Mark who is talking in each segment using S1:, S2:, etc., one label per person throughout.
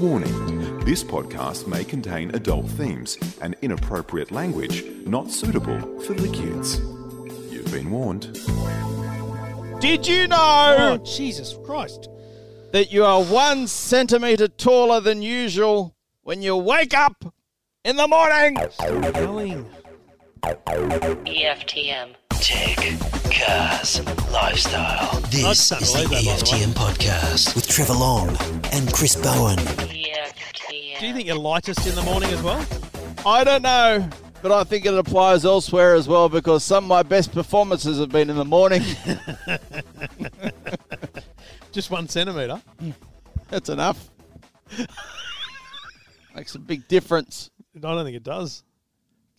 S1: Warning this podcast may contain adult themes and inappropriate language not suitable for the kids. You've been warned.
S2: Did you know
S3: Oh, Jesus Christ.
S2: that you are one centimeter taller than usual when you wake up in the morning?
S3: Going.
S4: EFTM.
S5: Tech, cars, lifestyle. This
S3: can't
S5: is the
S3: believe that, by the way.
S5: EFTM podcast with Trevor Long and Chris Bowen.
S4: EFTM.
S3: Do you think you're lightest in the morning as well?
S2: I don't know, but I think it applies elsewhere as well because some of my best performances have been in the morning.
S3: Just one centimetre.
S2: That's enough. Makes a big difference.
S3: I don't think it does.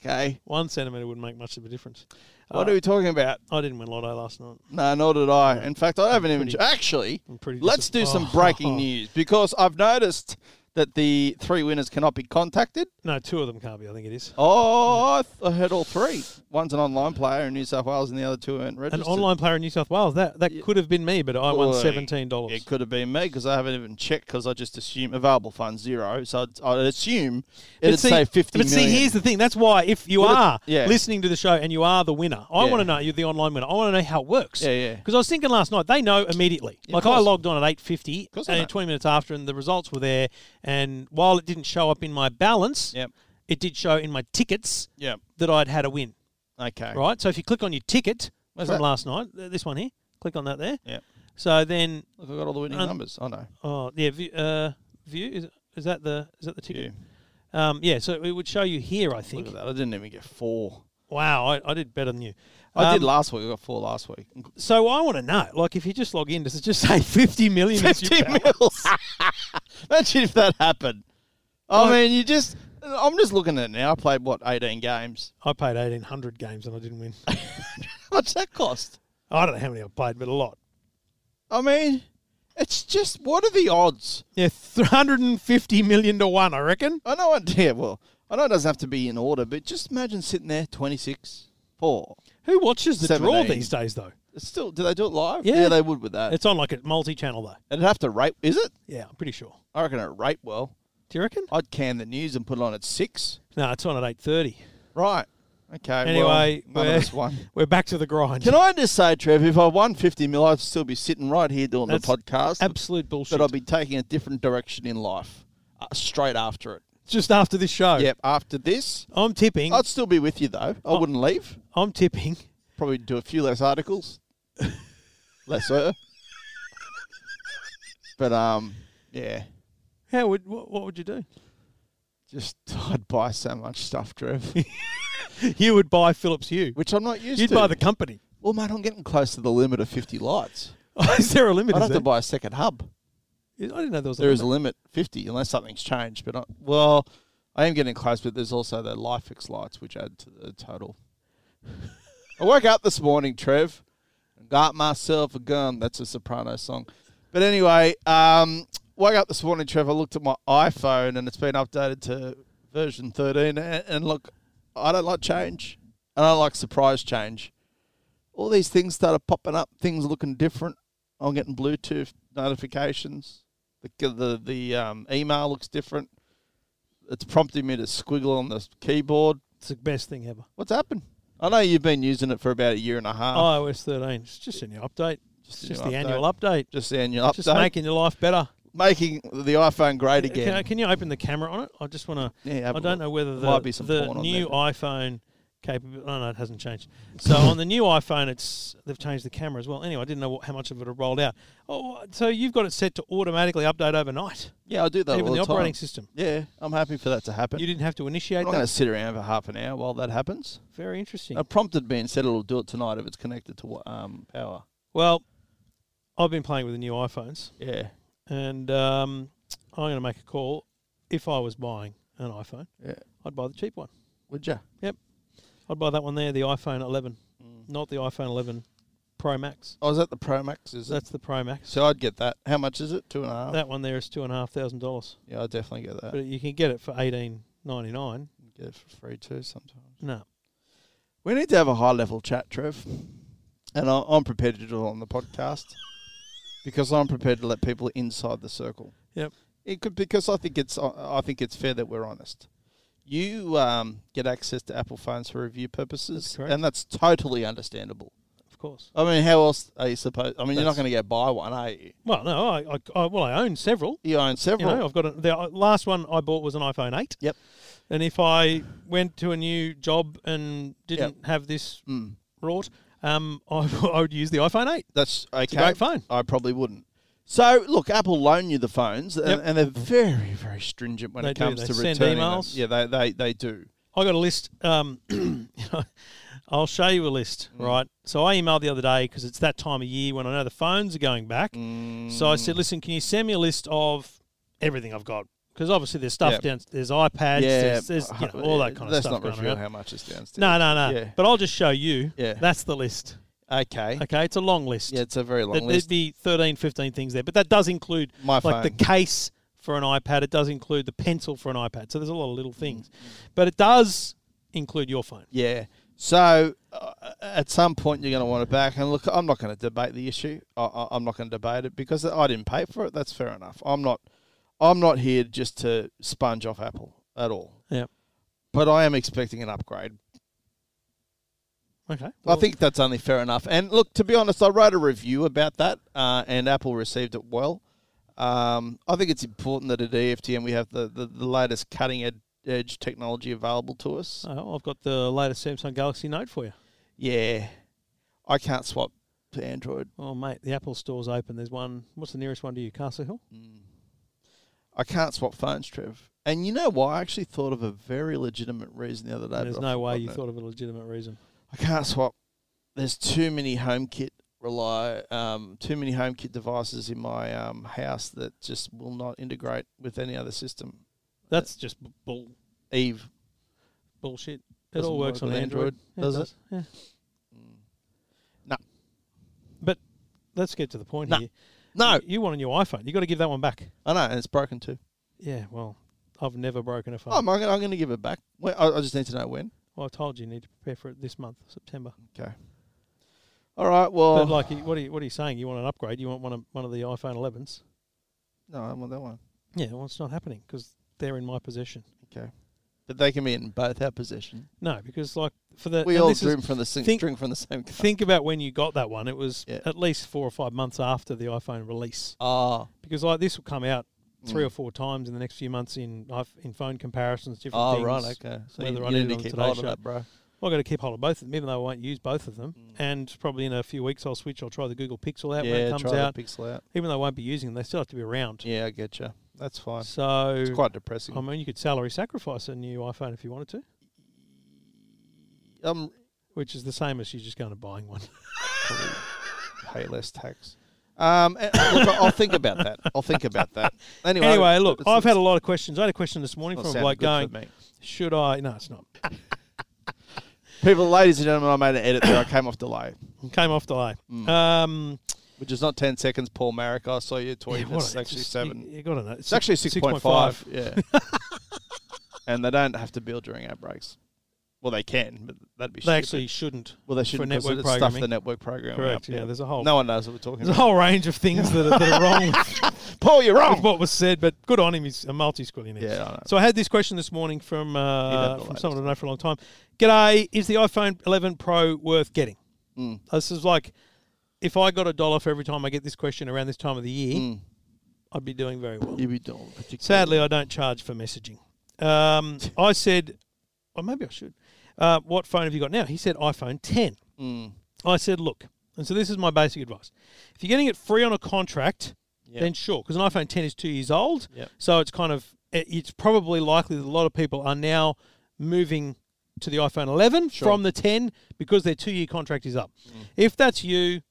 S2: Okay.
S3: One centimetre wouldn't make much of a difference.
S2: What
S3: Uh,
S2: are we talking about?
S3: I didn't win Lotto last night.
S2: No, nor did I. In fact, I haven't even.
S3: pretty-
S2: Actually,
S3: I'm pretty
S2: let's do some
S3: disapp-
S2: breaking news because I've noticed that the three winners cannot be contacted.
S3: No, two of them can't be, I think it is.
S2: Oh, I, th- I heard all three. One's an online player in New South Wales, and the other two weren't
S3: An
S2: registered.
S3: online player in New South Wales. That that could have been me, but I won
S2: Boy.
S3: seventeen dollars.
S2: It could have been me because I haven't even checked because I just assume available funds zero. So I'd, I'd assume it'd say fifty
S3: But see,
S2: million.
S3: here's the thing. That's why if you
S2: Would it-
S3: are
S2: yeah.
S3: listening to the show and you are the winner, I
S2: Yeah.
S3: want to know you're the online winner. I want to know how it works.
S2: Yeah, yeah.
S3: Because I was thinking last night, they know immediately.
S2: Yeah, of
S3: like I
S2: course.
S3: logged on at eight fifty,
S2: course they know.
S3: and twenty minutes after, and the results were there. And while it didn't show up in my balance,
S2: Yep.
S3: it did show in my tickets
S2: Yep.
S3: that I'd had a win.
S2: Okay.
S3: Right. So if you click on your ticket
S2: Where's
S3: from
S2: that?
S3: last night, th- this one here, click on that there.
S2: Yep.
S3: So then,
S2: Look, I got all the winning
S3: Un-
S2: numbers. I know.
S3: oh yeah, view, uh, view is, is that the is that the
S2: View.
S3: ticket? Um, yeah. So it would show you here. I think.
S2: Look at that. I didn't even get four.
S3: Wow, I, I did better than you.
S2: I did
S3: Um,
S2: last week. I got four last week.
S3: so I want to know, like, if you just log in, does it just say fifty million? is your
S2: Fifty
S3: balance?
S2: mils. Imagine if that happened. I
S3: Like-
S2: mean, you just. I'm just looking at it now. I played what 18 games.
S3: I played eighteen hundred games and I didn't win.
S2: What's that cost?
S3: I don't know how many I played, but a lot.
S2: I mean, it's just what are the odds?
S3: Yeah, three hundred and fifty million to one, I reckon.
S2: I know it. Yeah, well, I know it doesn't have to be in order, but just imagine sitting there, 26, four.
S3: Who watches the draw
S2: 17.
S3: these days, though?
S2: It's still, do they do it live?
S3: Yeah.
S2: they would with that.
S3: It's on like a multi-channel though.
S2: It'd have to rate. Is it?
S3: Yeah, I'm pretty sure.
S2: I reckon it rate well.
S3: Do you reckon?
S2: I'd can the news and put it on at six.
S3: No, it's on at eight thirty.
S2: Right. Okay.
S3: Anyway,
S2: well, none
S3: we're-
S2: of us won.
S3: We're back to the grind.
S2: Can I just say, Trev, if I won 50 mil, I'd still be sitting right here doing
S3: That's
S2: the podcast.
S3: Absolute bullshit.
S2: But I'd be taking a different direction in life uh, straight after it.
S3: just after this show.
S2: Yep. After this,
S3: I'm tipping.
S2: I'd still be with you, though. I
S3: Oh.
S2: wouldn't leave.
S3: I'm tipping.
S2: Probably do a few less articles. Lesser. but, um, yeah.
S3: How would what, what would you do?
S2: Just, I'd buy so much stuff, Trev,
S3: You would buy Philips Hue.
S2: which I'm not used
S3: You'd
S2: to.
S3: buy the company.
S2: well, mate, I'm getting close to the limit of 50 lights.
S3: is there a limit?
S2: I'd
S3: is
S2: have
S3: there?
S2: to buy a second hub.
S3: I didn't know there was a
S2: There
S3: limit.
S2: is a limit, 50, unless something's changed. But I, well, I am getting close, but there's also the Lifex lights, which add to the total. I woke up this morning, Trev, and got myself a gun. That's a Soprano song. But anyway, um, woke up this morning, Trev. I looked at my iPhone, and it's been updated to version 13. And, and look, I don't like change, and I don't like surprise change. All these things started popping up. Things looking different. I'm getting Bluetooth notifications. The the the um, email looks different. It's prompting me to squiggle on the keyboard.
S3: It's the best thing ever.
S2: What's happened? I know you've been using it for about a year and a half.
S3: iOS 13. It's just a new update. It's
S2: Ah. a
S3: just
S2: new
S3: the
S2: update.
S3: annual update.
S2: Just the annual update,
S3: Just making your life better.
S2: making the iPhone great again.
S3: Can, can you open the camera on it? I just want to.
S2: Yeah, have
S3: I
S2: a
S3: don't
S2: look.
S3: know whether the,
S2: Might be some
S3: the
S2: porn on
S3: new
S2: there.
S3: iPhone capable. Oh no, it hasn't changed. So on the new iPhone, it's they've changed the camera as well. Anyway, I didn't know what, how much of it had rolled out. Oh, so you've got it set to automatically update overnight,
S2: yeah, I do that
S3: even
S2: all
S3: the
S2: the,
S3: operating
S2: time.
S3: system.
S2: Yeah, I'm happy for that to happen.
S3: You didn't have to
S2: I'm
S3: initiate
S2: not going to
S3: that.
S2: sit around for half an hour while that happens.
S3: Very interesting.
S2: It prompted me and said it'll do it tonight if it's connected to um, power.
S3: Well, I've been playing with the new iPhones.
S2: Yeah,
S3: and um, I'm going to make a call. If I was buying an iPhone,
S2: yeah.
S3: I'd buy the cheap one.
S2: Would you?
S3: Yep, I'd buy that one there, the iPhone 11,
S2: Mm.
S3: not the iPhone 11 Pro Max.
S2: Oh, is that the Pro Max? Is it?
S3: That's the Pro Max.
S2: So I'd get that. How Uh. much is it? Two and a half.
S3: That one there is two and a half thousand dollars,
S2: yeah, I definitely get that.
S3: but you can get it for eighteen ninety nine.
S2: Get it for free too sometimes.
S3: No,
S2: We need to have a high level chat, Trev. And I- I'm prepared to do it on the podcast because I'm prepared to let people inside the circle.
S3: Yep.
S2: It could because I think it's I think it's fair that we're honest. You um, get access to Apple phones for review purposes,
S3: correct.
S2: and that's totally understandable.
S3: Of course.
S2: I mean, how else are you supposed? I mean, you're not
S3: That's-
S2: going to go buy one, are you?
S3: Well, no, I, I, I well, I own several.
S2: You own
S3: You
S2: several.
S3: know, I've got a, the uh, last one I bought was an iPhone eight.
S2: Oh. Yep.
S3: And if I went to a new job and didn't have this
S2: Mm.
S3: wrought, um, I, I would use the iPhone eight.
S2: That's okay.
S3: a great phone.
S2: I probably wouldn't. So look, Apple loan you the phones, and,
S3: Yep.
S2: and they're very, very stringent when
S3: They
S2: it
S3: do.
S2: comes
S3: They
S2: to
S3: send
S2: returning
S3: emails.
S2: Them. Yeah, they, they they do.
S3: I got a list. Um, you know, I'll show you a list,
S2: Mm.
S3: right? So I emailed the other day because it's that time of year when I know the phones are going back.
S2: Mm.
S3: So I said, listen, can you send me a list of everything I've got? Because obviously there's stuff
S2: Yep.
S3: down. There's iPads.
S2: yeah,
S3: There's, there's you know, all that kind of
S2: Let's
S3: stuff.
S2: not
S3: going
S2: reveal
S3: around.
S2: how much is downstairs.
S3: No, no, no.
S2: Yeah.
S3: But I'll just show you.
S2: Yeah.
S3: That's the list.
S2: Okay.
S3: Okay, it's a long list.
S2: Yeah, it's a very long
S3: There- There'd
S2: list.
S3: be 13, 15 things there, but that does include
S2: My
S3: like the
S2: phone.
S3: case for an iPad. It does include the pencil for an iPad. So there's a lot of little things,
S2: Mm-hmm.
S3: but it does include your phone.
S2: Yeah. So uh, at some point you're going to want it back. And look, I'm not going to debate the issue. I, I, I'm not going to debate it because I didn't pay for it. That's fair enough. I'm not. I'm not here just to sponge off Apple at all.
S3: Yep.
S2: But I am expecting an upgrade.
S3: Okay.
S2: I think that's only fair enough. And look, to be honest, I wrote a review about that, uh, and Apple received it well. Um, I think it's important that at E EFTM we have the, the, the latest cutting ed- edge technology available to us.
S3: Oh, I've got the latest Samsung Galaxy Note for you.
S2: Yeah, I can't swap to Android.
S3: Oh, mate, the Apple Store's open. There's one. What's the nearest one to you? Castle Hill?
S2: I can't swap phones, Trev. And you know why? I actually thought of a very legitimate reason the other day.
S3: There's
S2: but
S3: no
S2: I've
S3: way you
S2: forgotten
S3: thought of a legitimate reason.
S2: it. I can't swap. There's too many HomeKit rely um, too many HomeKit devices in my um, house that just will not integrate with any other system.
S3: That's just b- bull
S2: Eve.
S3: bullshit. It
S2: Doesn't
S3: all works
S2: work
S3: on
S2: with
S3: Android.
S2: Android, does it? Mm.
S3: Yeah.
S2: No.
S3: But let's get to the point
S2: No.
S3: here.
S2: No,
S3: You, you want a new iPhone. you got to give that one back.
S2: I know, and it's broken too.
S3: Yeah, well, I've never broken a phone.
S2: Oh, I'm, gonna- I'm going to give it back. Wait, I, I just need to know when.
S3: well, I told you you need to prepare for it this month, September.
S2: Okay. All right. Well,
S3: But like, you- what are you, what are you saying? You want an upgrade? You want one of one of the iPhone 11s?
S2: no, I want that one.
S3: Yeah, well, it's not happening because they're in my possession.
S2: Okay. But they can be in both our possession.
S3: No, because like for the
S2: We
S3: and
S2: all
S3: this is-
S2: dream from the same,
S3: think-
S2: drink from the same cup.
S3: think about when you got that one. It was
S2: Yeah.
S3: at least four or five months after the iPhone release,
S2: Ah,
S3: because like this will come out
S2: Mm.
S3: three or four times in the next few months in iPh- in phone comparisons, different
S2: oh,
S3: ah, things.
S2: right, okay. So
S3: whether
S2: you,
S3: I
S2: you need
S3: need it
S2: to
S3: on
S2: keep
S3: today's
S2: hold of
S3: show.
S2: that, bro.
S3: Well, I've got to keep hold of both of them, even though I won't use both of them. And probably in a few weeks, I'll switch. I'll try the Google Pixel out when it
S2: Mm. Yeah,
S3: comes
S2: try
S3: out.
S2: the pixel out.
S3: even though I won't be using them, they still have to be around.
S2: Yeah, I get you. That's fine.
S3: So,
S2: It's quite depressing.
S3: I mean, you could salary sacrifice a new iPhone if you wanted to,
S2: Um,
S3: which is the same as you just going and buying one.
S2: pay less tax. Um, and, look, I'll think about that. I'll think about that. Anyway,
S3: anyway, look,
S2: it's-
S3: I've had a
S2: it's
S3: lot of questions. I had a question this morning
S2: not
S3: from a
S2: sounding
S3: bloke
S2: good for
S3: going,
S2: me.
S3: "Should I?" No, it's not.
S2: People, ladies and gentlemen, I made an edit there. I came off delay,
S3: Came off delay.
S2: Mm.
S3: Um,
S2: which is not 10 seconds, Paul Marrick. I saw you tweet.
S3: yeah, what
S2: it's
S3: a-
S2: actually
S3: just-
S2: seven.
S3: You, you gotta know.
S2: it's actually 6.5. Yeah. and they don't have to bill during our breaks. Well, they can, but that'd be
S3: They
S2: stupid.
S3: actually shouldn't.
S2: well, they shouldn't because
S3: network
S2: it's stuff the
S3: programming.
S2: network program. up,
S3: Correct. Yeah, there's a whole
S2: No one knows what we're talking
S3: there's a
S2: about.
S3: whole range of things that are, that are wrong with,
S2: Paul, you're
S3: with
S2: wrong.
S3: what was said. But good on him. He's a multi-squillionaire.
S2: Yeah, I know.
S3: So I had this question this morning from
S2: You don't
S3: uh,
S2: know
S3: from
S2: that,
S3: someone I know for a long time. G'day, is the iPhone 11 Pro worth getting?
S2: Mm.
S3: This is like, if I got a dollar for every time I get this question around this time of the year,
S2: Mm.
S3: I'd be doing very well.
S2: You be doing particularly.
S3: Sadly, I don't charge for messaging. Um, I said, well, maybe I should. Uh, what phone have you got now? He said iPhone 10. I said, look, and so this is my basic advice. If you're getting it free on a contract, then sure, because an iPhone 10 is two years old,
S2: Yep.
S3: so it's kind of it- it's probably likely that a lot of people are now moving to the iPhone 11 from the 10 because their two-year contract is up. If that's you,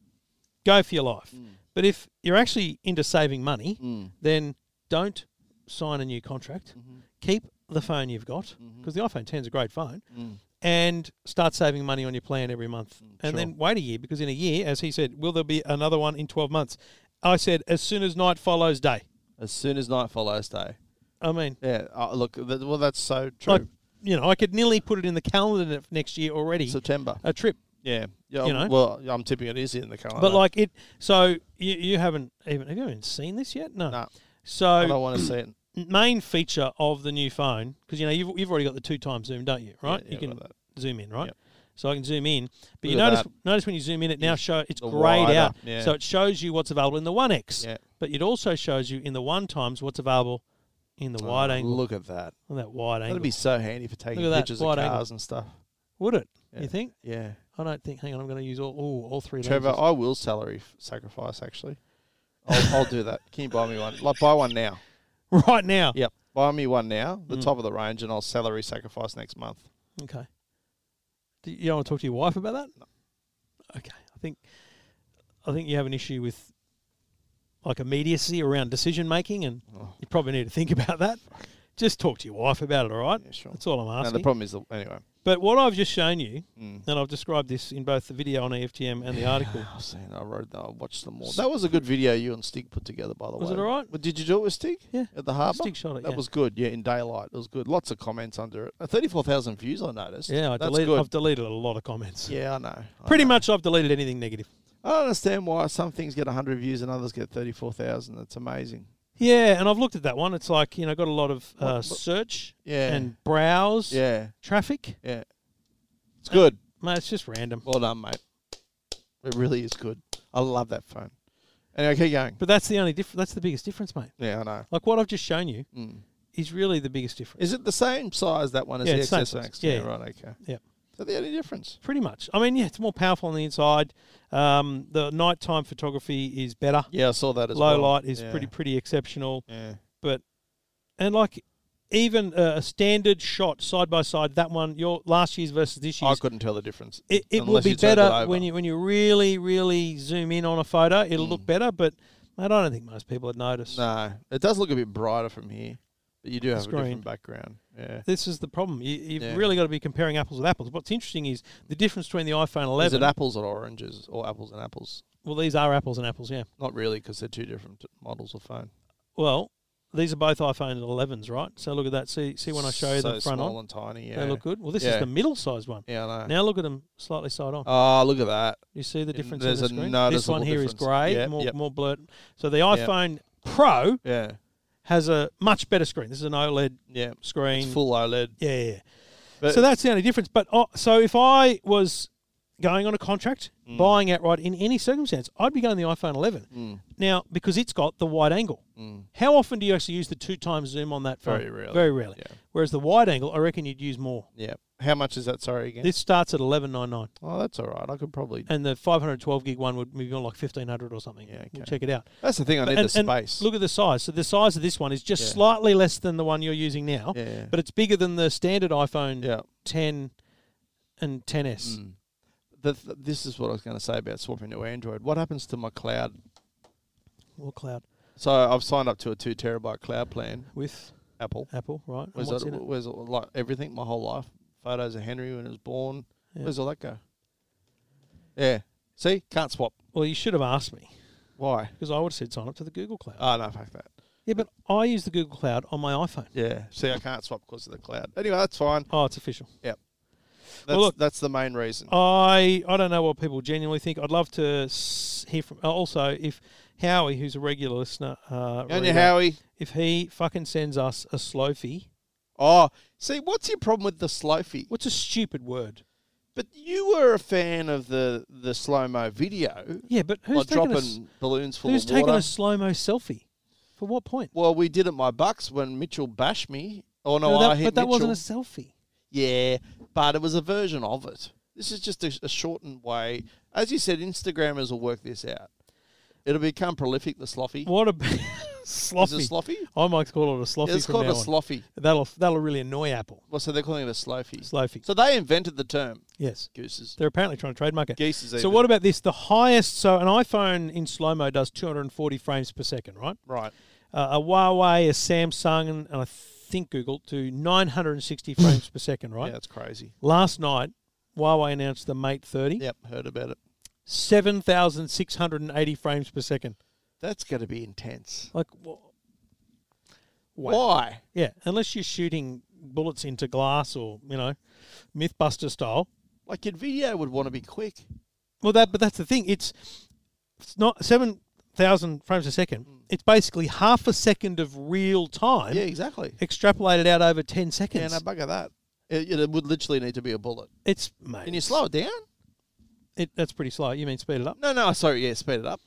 S3: go for your life.
S2: Mm.
S3: But if you're actually into saving money, then don't sign a new contract.
S2: Mm-hmm.
S3: Keep the phone you've got because the iPhone 10 is a great phone.
S2: Mm.
S3: And start saving money on your plan every month, and then wait a year because in a year, as he said, will there be another one in twelve months? I said, as soon as night follows day.
S2: As soon as night follows day.
S3: I mean,
S2: Yeah. Uh, look, th- well, that's so true.
S3: like you know, I could nearly put it in the calendar ne- next year already.
S2: September.
S3: a trip,
S2: Yeah. yeah
S3: uh, You
S2: I'm-
S3: know?
S2: Well, I'm tipping it is in the calendar.
S3: but like it. So you, you haven't even have you even seen this yet? No.
S2: No. I don't
S3: So
S2: want to see it.
S3: main feature of the new phone, because you know you've, you've already got the two time zoom, don't you? Right?
S2: yeah,
S3: you
S2: I've
S3: can
S2: got
S3: zoom in, right?
S2: Yep.
S3: So I can zoom in, but you
S2: Look at
S3: notice notice when you zoom in, it now show it's
S2: the
S3: grayed
S2: wider,
S3: out,
S2: yeah.
S3: so it shows you what's available in the One X,
S2: Yeah.
S3: but it also shows you in the one times what's available in the wide angle.
S2: Oh, Look at that.
S3: on that wide angle,
S2: That'd be so handy for taking
S3: Look at that,
S2: pictures of
S3: wide
S2: cars
S3: angle.
S2: and stuff.
S3: would it?
S2: Yeah.
S3: You think?
S2: Yeah.
S3: I don't think. Hang on, I'm going to use all ooh, all three.
S2: Trevor,
S3: lenses.
S2: I will salary f- sacrifice, actually. I'll, I'll do that. Can you buy me one? Like, buy one now.
S3: right now.
S2: Yep. Buy me one now,
S3: Mm.
S2: the top of the range, and I'll salary sacrifice next month.
S3: Okay. Do you don't want to talk to your wife about that? Okay. I think I think you have an issue with like immediacy around decision making and
S2: Oh.
S3: you probably need to think about that. Just talk to your wife about it, all right?
S2: Yeah, sure.
S3: That's all I'm
S2: And the Mm.
S3: asking.
S2: problem is, the, anyway.
S3: but what I've just shown you, and I've described this in both the video on E EFTM and the article.
S2: I was saying, I wrote that, I watched them all. That was a good video you and Stig put together, by the
S3: Was
S2: way.
S3: it all right?
S2: Well, did you do it with Stig?
S3: Yeah.
S2: At the harbour?
S3: Stig shot it,
S2: That
S3: yeah.
S2: was good, yeah, in daylight. It was good. Lots of comments under it. Uh, 34,000 views, I noticed.
S3: Yeah, I
S2: That's
S3: deleted,
S2: good.
S3: I've deleted a lot of comments.
S2: yeah, I know. I
S3: Pretty
S2: know.
S3: much I've deleted anything negative.
S2: I don't understand why some things get 100 views and others get 34,000. That's amazing.
S3: Yeah, and I've looked at that one. It's like, you know, got a lot of uh,
S2: What-
S3: search
S2: Yeah.
S3: and browse
S2: Yeah,
S3: traffic.
S2: yeah. It's good.
S3: Mate, it's just random.
S2: Well done, mate. It really is good. I love that phone. Anyway, keep going.
S3: But that's the only difference. That's the biggest difference, mate.
S2: Yeah, I know.
S3: Like what I've just shown you
S2: Mm.
S3: is really the biggest difference.
S2: Is it the same size, that one, as
S3: Yeah,
S2: the
S3: it's same
S2: XS
S3: size.
S2: Max?
S3: Yeah, yeah.
S2: right, okay.
S3: Yeah,
S2: Is that the only difference?
S3: pretty much. I mean, yeah, it's more powerful on the inside. Um, the nighttime photography is better.
S2: Yeah, I saw that as
S3: Low
S2: well.
S3: light is
S2: Yeah.
S3: pretty pretty exceptional.
S2: Yeah.
S3: But and like even uh, a standard shot side by side, that one your last year's versus this
S2: I
S3: year's.
S2: couldn't tell the difference.
S3: It, it will
S2: unless
S3: be
S2: you turned it
S3: better
S2: over. Mm.
S3: when you when you really really zoom in on a photo. It'll look better, but mate, I don't think most people would notice.
S2: No, it does look a bit brighter from here, but you do have a
S3: screen.
S2: different background. Yeah.
S3: This is the problem. You, you've
S2: Yeah.
S3: really got to be comparing apples with apples. What's interesting is the difference between the iPhone 11.
S2: Is it apples or oranges or apples and apples?
S3: Well, these are apples and apples, yeah.
S2: Not really, because they're two different models of phone.
S3: Well, these are both iPhone 11s, right? So look at that. See, see when I show you
S2: so
S3: the front
S2: small
S3: on,
S2: and tiny. Yeah.
S3: they look good. Well, this is
S2: Yeah.
S3: the middle sized one.
S2: Yeah, I know.
S3: Now look at them slightly side on.
S2: Oh, look at that.
S3: you see the difference
S2: there's
S3: in
S2: a
S3: the screen. This
S2: noticeable
S3: one here is
S2: difference.
S3: grey,
S2: Yeah,
S3: more
S2: yep.
S3: more blurred. So the iPhone Pro
S2: Yeah.
S3: has a much better screen. This is an OLED
S2: Yeah.
S3: screen.
S2: It's full OLED.
S3: Yeah, yeah. yeah.
S2: But
S3: so that's the only difference. But oh, so if I was going on a contract,
S2: Mm.
S3: buying outright in any circumstance, I'd be going the iPhone 11
S2: Mm.
S3: now because it's got the wide angle. How often do you actually use the two times zoom on that phone?
S2: Very rarely.
S3: Very rarely.
S2: Yeah.
S3: Whereas the wide angle, I reckon you'd use more.
S2: Yeah. How much is that? Sorry again.
S3: This starts at 11.99,
S2: oh, that's all right. I could probably.
S3: and the 512 gig one would be on like 1500 or something.
S2: Yeah,
S3: We'll
S2: okay.
S3: check it out.
S2: That's the thing. I need
S3: and,
S2: the
S3: and
S2: space.
S3: look at the size. So the size of this one is just
S2: Yeah.
S3: slightly less than the one you're using now,
S2: Yeah, yeah.
S3: but it's bigger than the standard iPhone
S2: Yeah. Mm.
S3: 10 and 10s.
S2: The th- this is what I was going to say about swapping to Android. What happens to my cloud?
S3: Or cloud
S2: So I've signed up to a two terabyte cloud plan.
S3: with
S2: Apple.
S3: Apple, right? And
S2: Where's,
S3: what's
S2: that,
S3: in it?
S2: where's all- like everything? My whole life. Photos of Henry when he was born. Where's all that go? Yeah. See, can't swap.
S3: Well, you should have asked me
S2: Why?
S3: because I would have said sign up to the Google Cloud.
S2: Oh no, fuck that.
S3: yeah, but I use the Google Cloud on my iPhone.
S2: Yeah. See, I can't swap because of the cloud. Anyway, that's fine.
S3: Oh, it's official.
S2: Yep. That's,
S3: look- Oh,
S2: that's the main reason.
S3: I I don't know what people genuinely think. I'd love to s- hear from. uh, Also, if Howie, who's a regular listener, uh,
S2: Don't you,
S3: reader,
S2: Howie?
S3: if he fucking sends us a slofie,
S2: Oh, see, what's your problem with the slowfie?
S3: what's a stupid word?
S2: But you were a fan of the the slow mo video,
S3: Yeah, but who's
S2: like
S3: taking
S2: dropping
S3: a s-
S2: balloons full
S3: who's
S2: of water.
S3: taking a slow mo selfie? For what point?
S2: well, we did at my bucks when Mitchell bashed me. Oh no,
S3: No, that-
S2: I hit
S3: but that
S2: Mitchell.
S3: wasn't a selfie.
S2: yeah, but it was a version of it. This is just a, a shortened way. As you said, Instagrammers will work this out. It'll become prolific. The sloppy.
S3: What a sloppy.
S2: Is it sloppy?
S3: I might call it a sloppy.
S2: Yeah, it's
S3: from
S2: called a
S3: now on.
S2: sloppy.
S3: That'll that'll really annoy Apple.
S2: Well, so they're calling it a slowfie.
S3: Slofi.
S2: So they invented the term.
S3: yes,
S2: Gooses.
S3: they're apparently trying to trademark it.
S2: Geese is
S3: so
S2: even.
S3: what about this? The highest. So an iPhone in slow mo does 240 frames per second, right?
S2: Right.
S3: Uh, a Huawei, a Samsung, and I think Google do 960 frames per second,
S2: Yeah,
S3: right?
S2: that's crazy.
S3: Last night, Huawei announced the Mate 30,
S2: Yep, heard about it.
S3: 7,680 frames per second.
S2: That's going to be intense.
S3: Like, wha-
S2: Why?
S3: yeah, unless you're shooting bullets into glass or you know, MythBuster style.
S2: Like your video would want to be quick.
S3: Well, that but that's the thing. It's it's not seven thousand frames a second, it's basically half a second of real time
S2: Mm. Yeah, exactly.
S3: extrapolated out over ten
S2: Yeah,
S3: seconds.
S2: no, bugger that. It, it would literally need to be a bullet.
S3: it's mate,
S2: Can you slow it down?
S3: It, that's pretty slow. You mean speed it up?
S2: No, no, sorry. Yeah, speed it up.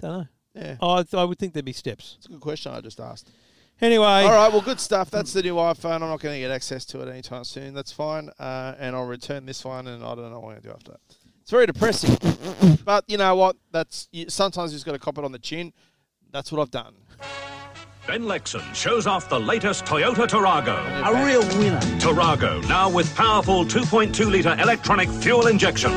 S3: Don't know.
S2: Yeah.
S3: Oh, I, th- I would think there'd be steps.
S2: That's a good question I just asked.
S3: Anyway,
S2: All right, well, good stuff. That's the new iPhone. I'm not going to get access to it anytime soon. That's fine. Uh, and I'll return this one, and I don't know what I'm going to do after that. It's very depressing. but you know what? That's you, Sometimes you just got to cop it on the chin. That's what I've done.
S4: Ben Lexon shows off the latest Toyota Tarago.
S6: A real winner.
S4: Tarago now with powerful 2.2 litre electronic fuel injection.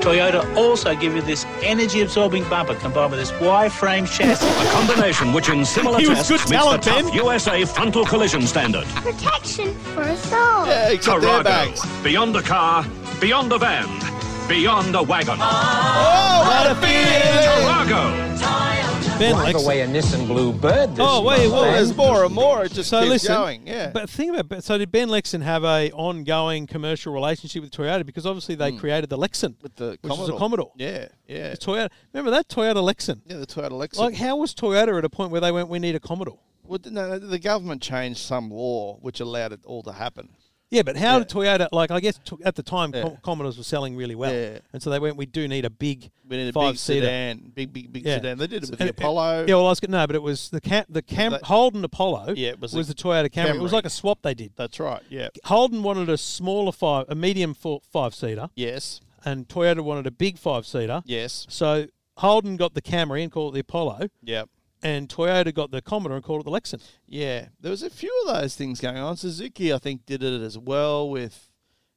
S6: Toyota also give you this energy absorbing bumper combined with this Y-frame chassis.
S4: A combination which in similar
S3: He was
S4: tests
S3: good
S4: meets
S3: talent,
S4: the tough
S3: Ben.
S4: USA frontal collision standard.
S7: protection for us all.
S2: Yeah, except their bags.
S4: Tarago. Beyond the car, beyond the van, beyond the wagon.
S2: Oh, what a feeling!
S4: Tarago.
S3: Ben
S8: Drive
S3: Lexon.
S8: away a Nissan Bluebird this
S3: Oh, wait,
S8: month.
S3: whoa,
S2: Well, there's more and more. It just
S3: So
S2: keeps
S3: listen,
S2: going. Yeah.
S3: but think about it. so did Ben Lexon have a ongoing commercial relationship with Toyota because obviously they created the Lexon,
S2: Hmm. With the
S3: which was a Commodore.
S2: Yeah, yeah.
S3: The Toyota, remember that Toyota Lexan?
S2: Yeah, the Toyota Lexus.
S3: Like, how was Toyota at a point where they went, "We need a Commodore"?
S2: well, no, the government changed some law which allowed it all to happen.
S3: Yeah, but how did Toyota? Like, I guess to, at the time, Com- Commodores were selling really well,
S2: Yeah.
S3: and so they went, "We do need a big,
S2: We need a
S3: five
S2: big
S3: seater."
S2: sedan, big, big, big
S3: Yeah.
S2: sedan. They did it with the
S3: And
S2: Apollo.
S3: Yeah, well, I was gonna- no, but it was the Cam, the Cam,
S2: That-
S3: Holden Apollo.
S2: Yeah, it was a
S3: the Toyota Camry. It was
S2: Camry.
S3: like a swap they did.
S2: That's right. Yeah.
S3: Holden wanted a smaller five, a medium four, five seater,
S2: Yes.
S3: and Toyota wanted a big five seater.
S2: Yes.
S3: So Holden got the Camry and called it the Apollo,
S2: Yep.
S3: and Toyota got the Commodore and called it the Lexan.
S2: Yeah. There was a few of those things going on. Suzuki, I think, did it as well with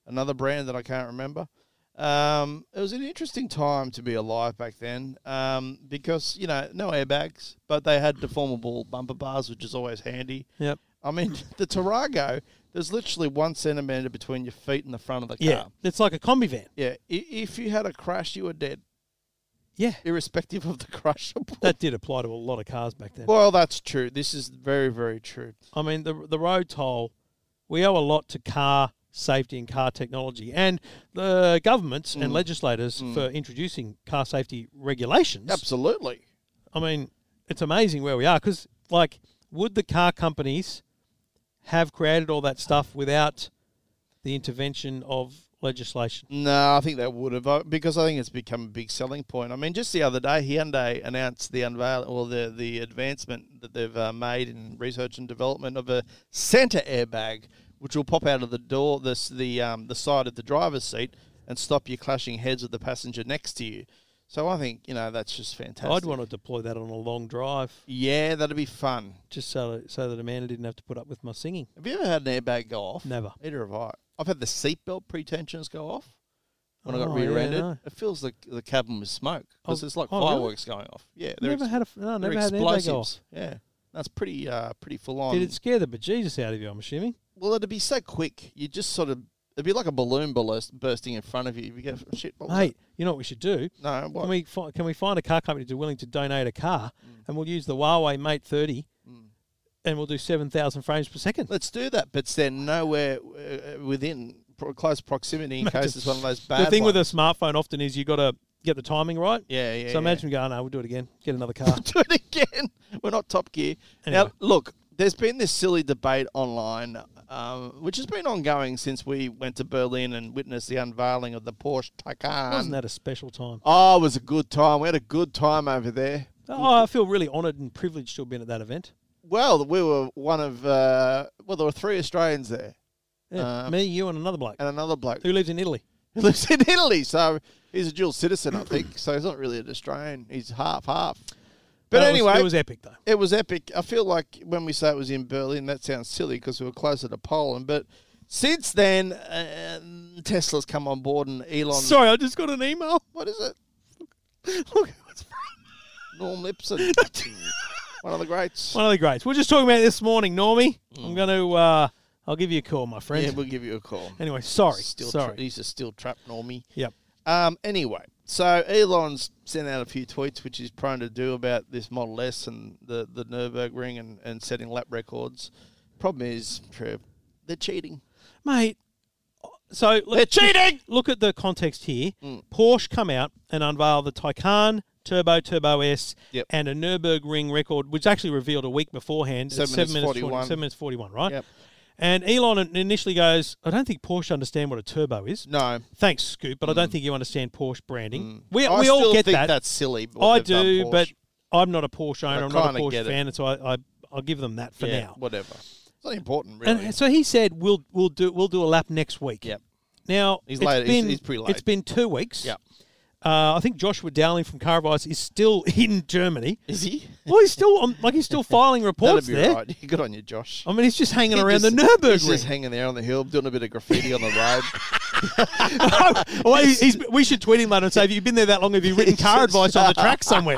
S2: another brand that I can't remember. Um, it was an interesting time to be alive back then um, because, you know, no airbags, but they had deformable bumper bars, which is always handy.
S3: Yep.
S2: I mean, the Tarago, there's literally one centimeter between your feet and the front of the car.
S3: Yeah, Uh, it's like a combi van.
S2: Yeah. I- if you had a crash, you were dead,
S3: Yeah,
S2: irrespective of the crash.
S3: that did apply to a lot of cars back then.
S2: well, that's true. This is very, very true.
S3: I mean, the the road toll, we owe a lot to car safety and car technology, and the governments and legislators for introducing car safety regulations.
S2: Absolutely.
S3: I mean, it's amazing where we are because, like, would the car companies have created all that stuff without the intervention of legislation?
S2: No, I think that would have uh, because I think it's become a big selling point. I mean, just the other day, Hyundai announced the unveil or the the advancement that they've uh, made in research and development of a center airbag, which will pop out of the door, this the um, the side of the driver's seat, and stop you clashing heads with the passenger next to you. So I think you know that's just fantastic.
S3: I'd want to deploy that on a long drive
S2: Yeah, that'd be fun.
S3: just so so that Amanda didn't have to put up with my singing.
S2: Have you ever had an airbag go off?
S3: Never.
S2: Neither have I. I've had the seatbelt pretensions go off when I got
S3: Oh, yeah,
S2: rear-ended.
S3: no.
S2: It feels like the cabin was smoke because
S3: Oh,
S2: it's like
S3: oh, really?
S2: fireworks going off. Yeah, they're
S3: Never
S2: ex-
S3: had a f- no,
S2: they're
S3: never had an airbag go off.
S2: explosives. Yeah, that's pretty uh, pretty full on.
S3: Did it scare the bejesus out of you? I'm assuming.
S2: well, it'd be so quick. You just sort of it'd be like a balloon burst bursting in front of you. You go shit. What was
S3: Hey,
S2: that?"
S3: you know what we should do?
S2: no, what?
S3: Can we fi- can we find a car company that's willing to donate a car, and we'll use the Huawei Mate 30, and we'll do seven thousand frames per second.
S2: Let's do that, but then nowhere uh, within pro- close proximity in case it's one of those bad.
S3: the thing with a
S2: ones.
S3: smartphone often is you got to get the timing right.
S2: Yeah, yeah,
S3: So
S2: yeah.
S3: imagine we go, oh, no, we'll do it again. Get another car.
S2: do it again. We're not Top Gear. Now,
S3: Anyway.
S2: look, there's been this silly debate online, um, which has been ongoing since we went to Berlin and witnessed the unveiling of the Porsche Taycan.
S3: Wasn't that a special time?
S2: Oh, it was a good time. We had a good time over there.
S3: Oh, I feel really honoured and privileged to have been at that event.
S2: Well, we were one of uh, well, there were three Australians there
S3: Yeah,
S2: Uh,
S3: me, you, and another bloke
S2: and another bloke
S3: who lives in Italy.
S2: who lives in Italy. So he's a dual citizen, I think. so he's not really an Australian. He's half half. But
S3: No, it was-
S2: anyway,
S3: it was epic though.
S2: it was epic. I feel like when we say it was in Berlin, that sounds silly because we were closer to Poland. But since then, uh, Tesla's come on board and Elon.
S3: Sorry, I just got an email.
S2: What is it?
S3: Look, it's
S2: Norm Lipson, one of the greats.
S3: one of the greats. We're just talking about it this morning, Normie. I'm going to. Uh, I'll give you a call, my friend.
S2: Mm. Yeah, we'll give you a call.
S3: Anyway, sorry.
S2: Steel
S3: sorry.
S2: Trap- he's a steel trap normie.
S3: Yep.
S2: Um, anyway, so Elon's sent out a few tweets, which he's prone to do about this Model S and the the Nurburgring and, and setting lap records. Problem is, Trev, they're cheating.
S3: Mate, So look,
S2: They're cheating! Mm.
S3: Look at the context here. Porsche come out and unveil the Taycan Turbo Turbo S
S2: Yep.
S3: and a Nurburgring record, which actually revealed a week beforehand. at
S2: Seven minutes
S3: seven minutes
S2: 41.
S3: 40, seven minutes forty-one, right?
S2: Yep.
S3: And Elon in- initially goes, "I don't think Porsche understand what a turbo is."
S2: No. Mm.
S3: Thanks, Scoop, but I don't think you understand Porsche branding. We,
S2: I
S3: we all
S2: still
S3: get
S2: think
S3: that.
S2: that's silly. what
S3: I
S2: they've done,
S3: do,
S2: Porsche.
S3: but I'm not a Porsche owner.
S2: I
S3: I'm not a
S2: kinda get
S3: Porsche
S2: it.
S3: fan, and so I, I I'll give them that for
S2: yeah,
S3: now.
S2: whatever. It's not important, really.
S3: And so he said, "We'll we'll do we'll do a lap next week."
S2: Yep.
S3: Now
S2: He's
S3: it's
S2: late. He's-
S3: Been,
S2: he's pretty late.
S3: It's been two weeks.
S2: Yep.
S3: Uh, I think Joshua Dowling from Car Advice is still in Germany.
S2: Is he?
S3: Well, he's still on, like he's still filing
S2: That'd
S3: reports
S2: be
S3: there.
S2: right. Good on you, Josh.
S3: I mean, he's just hanging
S2: He
S3: around
S2: just-
S3: the
S2: He's just
S3: Nurburgring.
S2: hanging there on the hill, doing a bit of graffiti on the road.
S3: well, he- he's- we should tweet him that and say, "Have you been there that long? Have you written Car Advice on the track somewhere?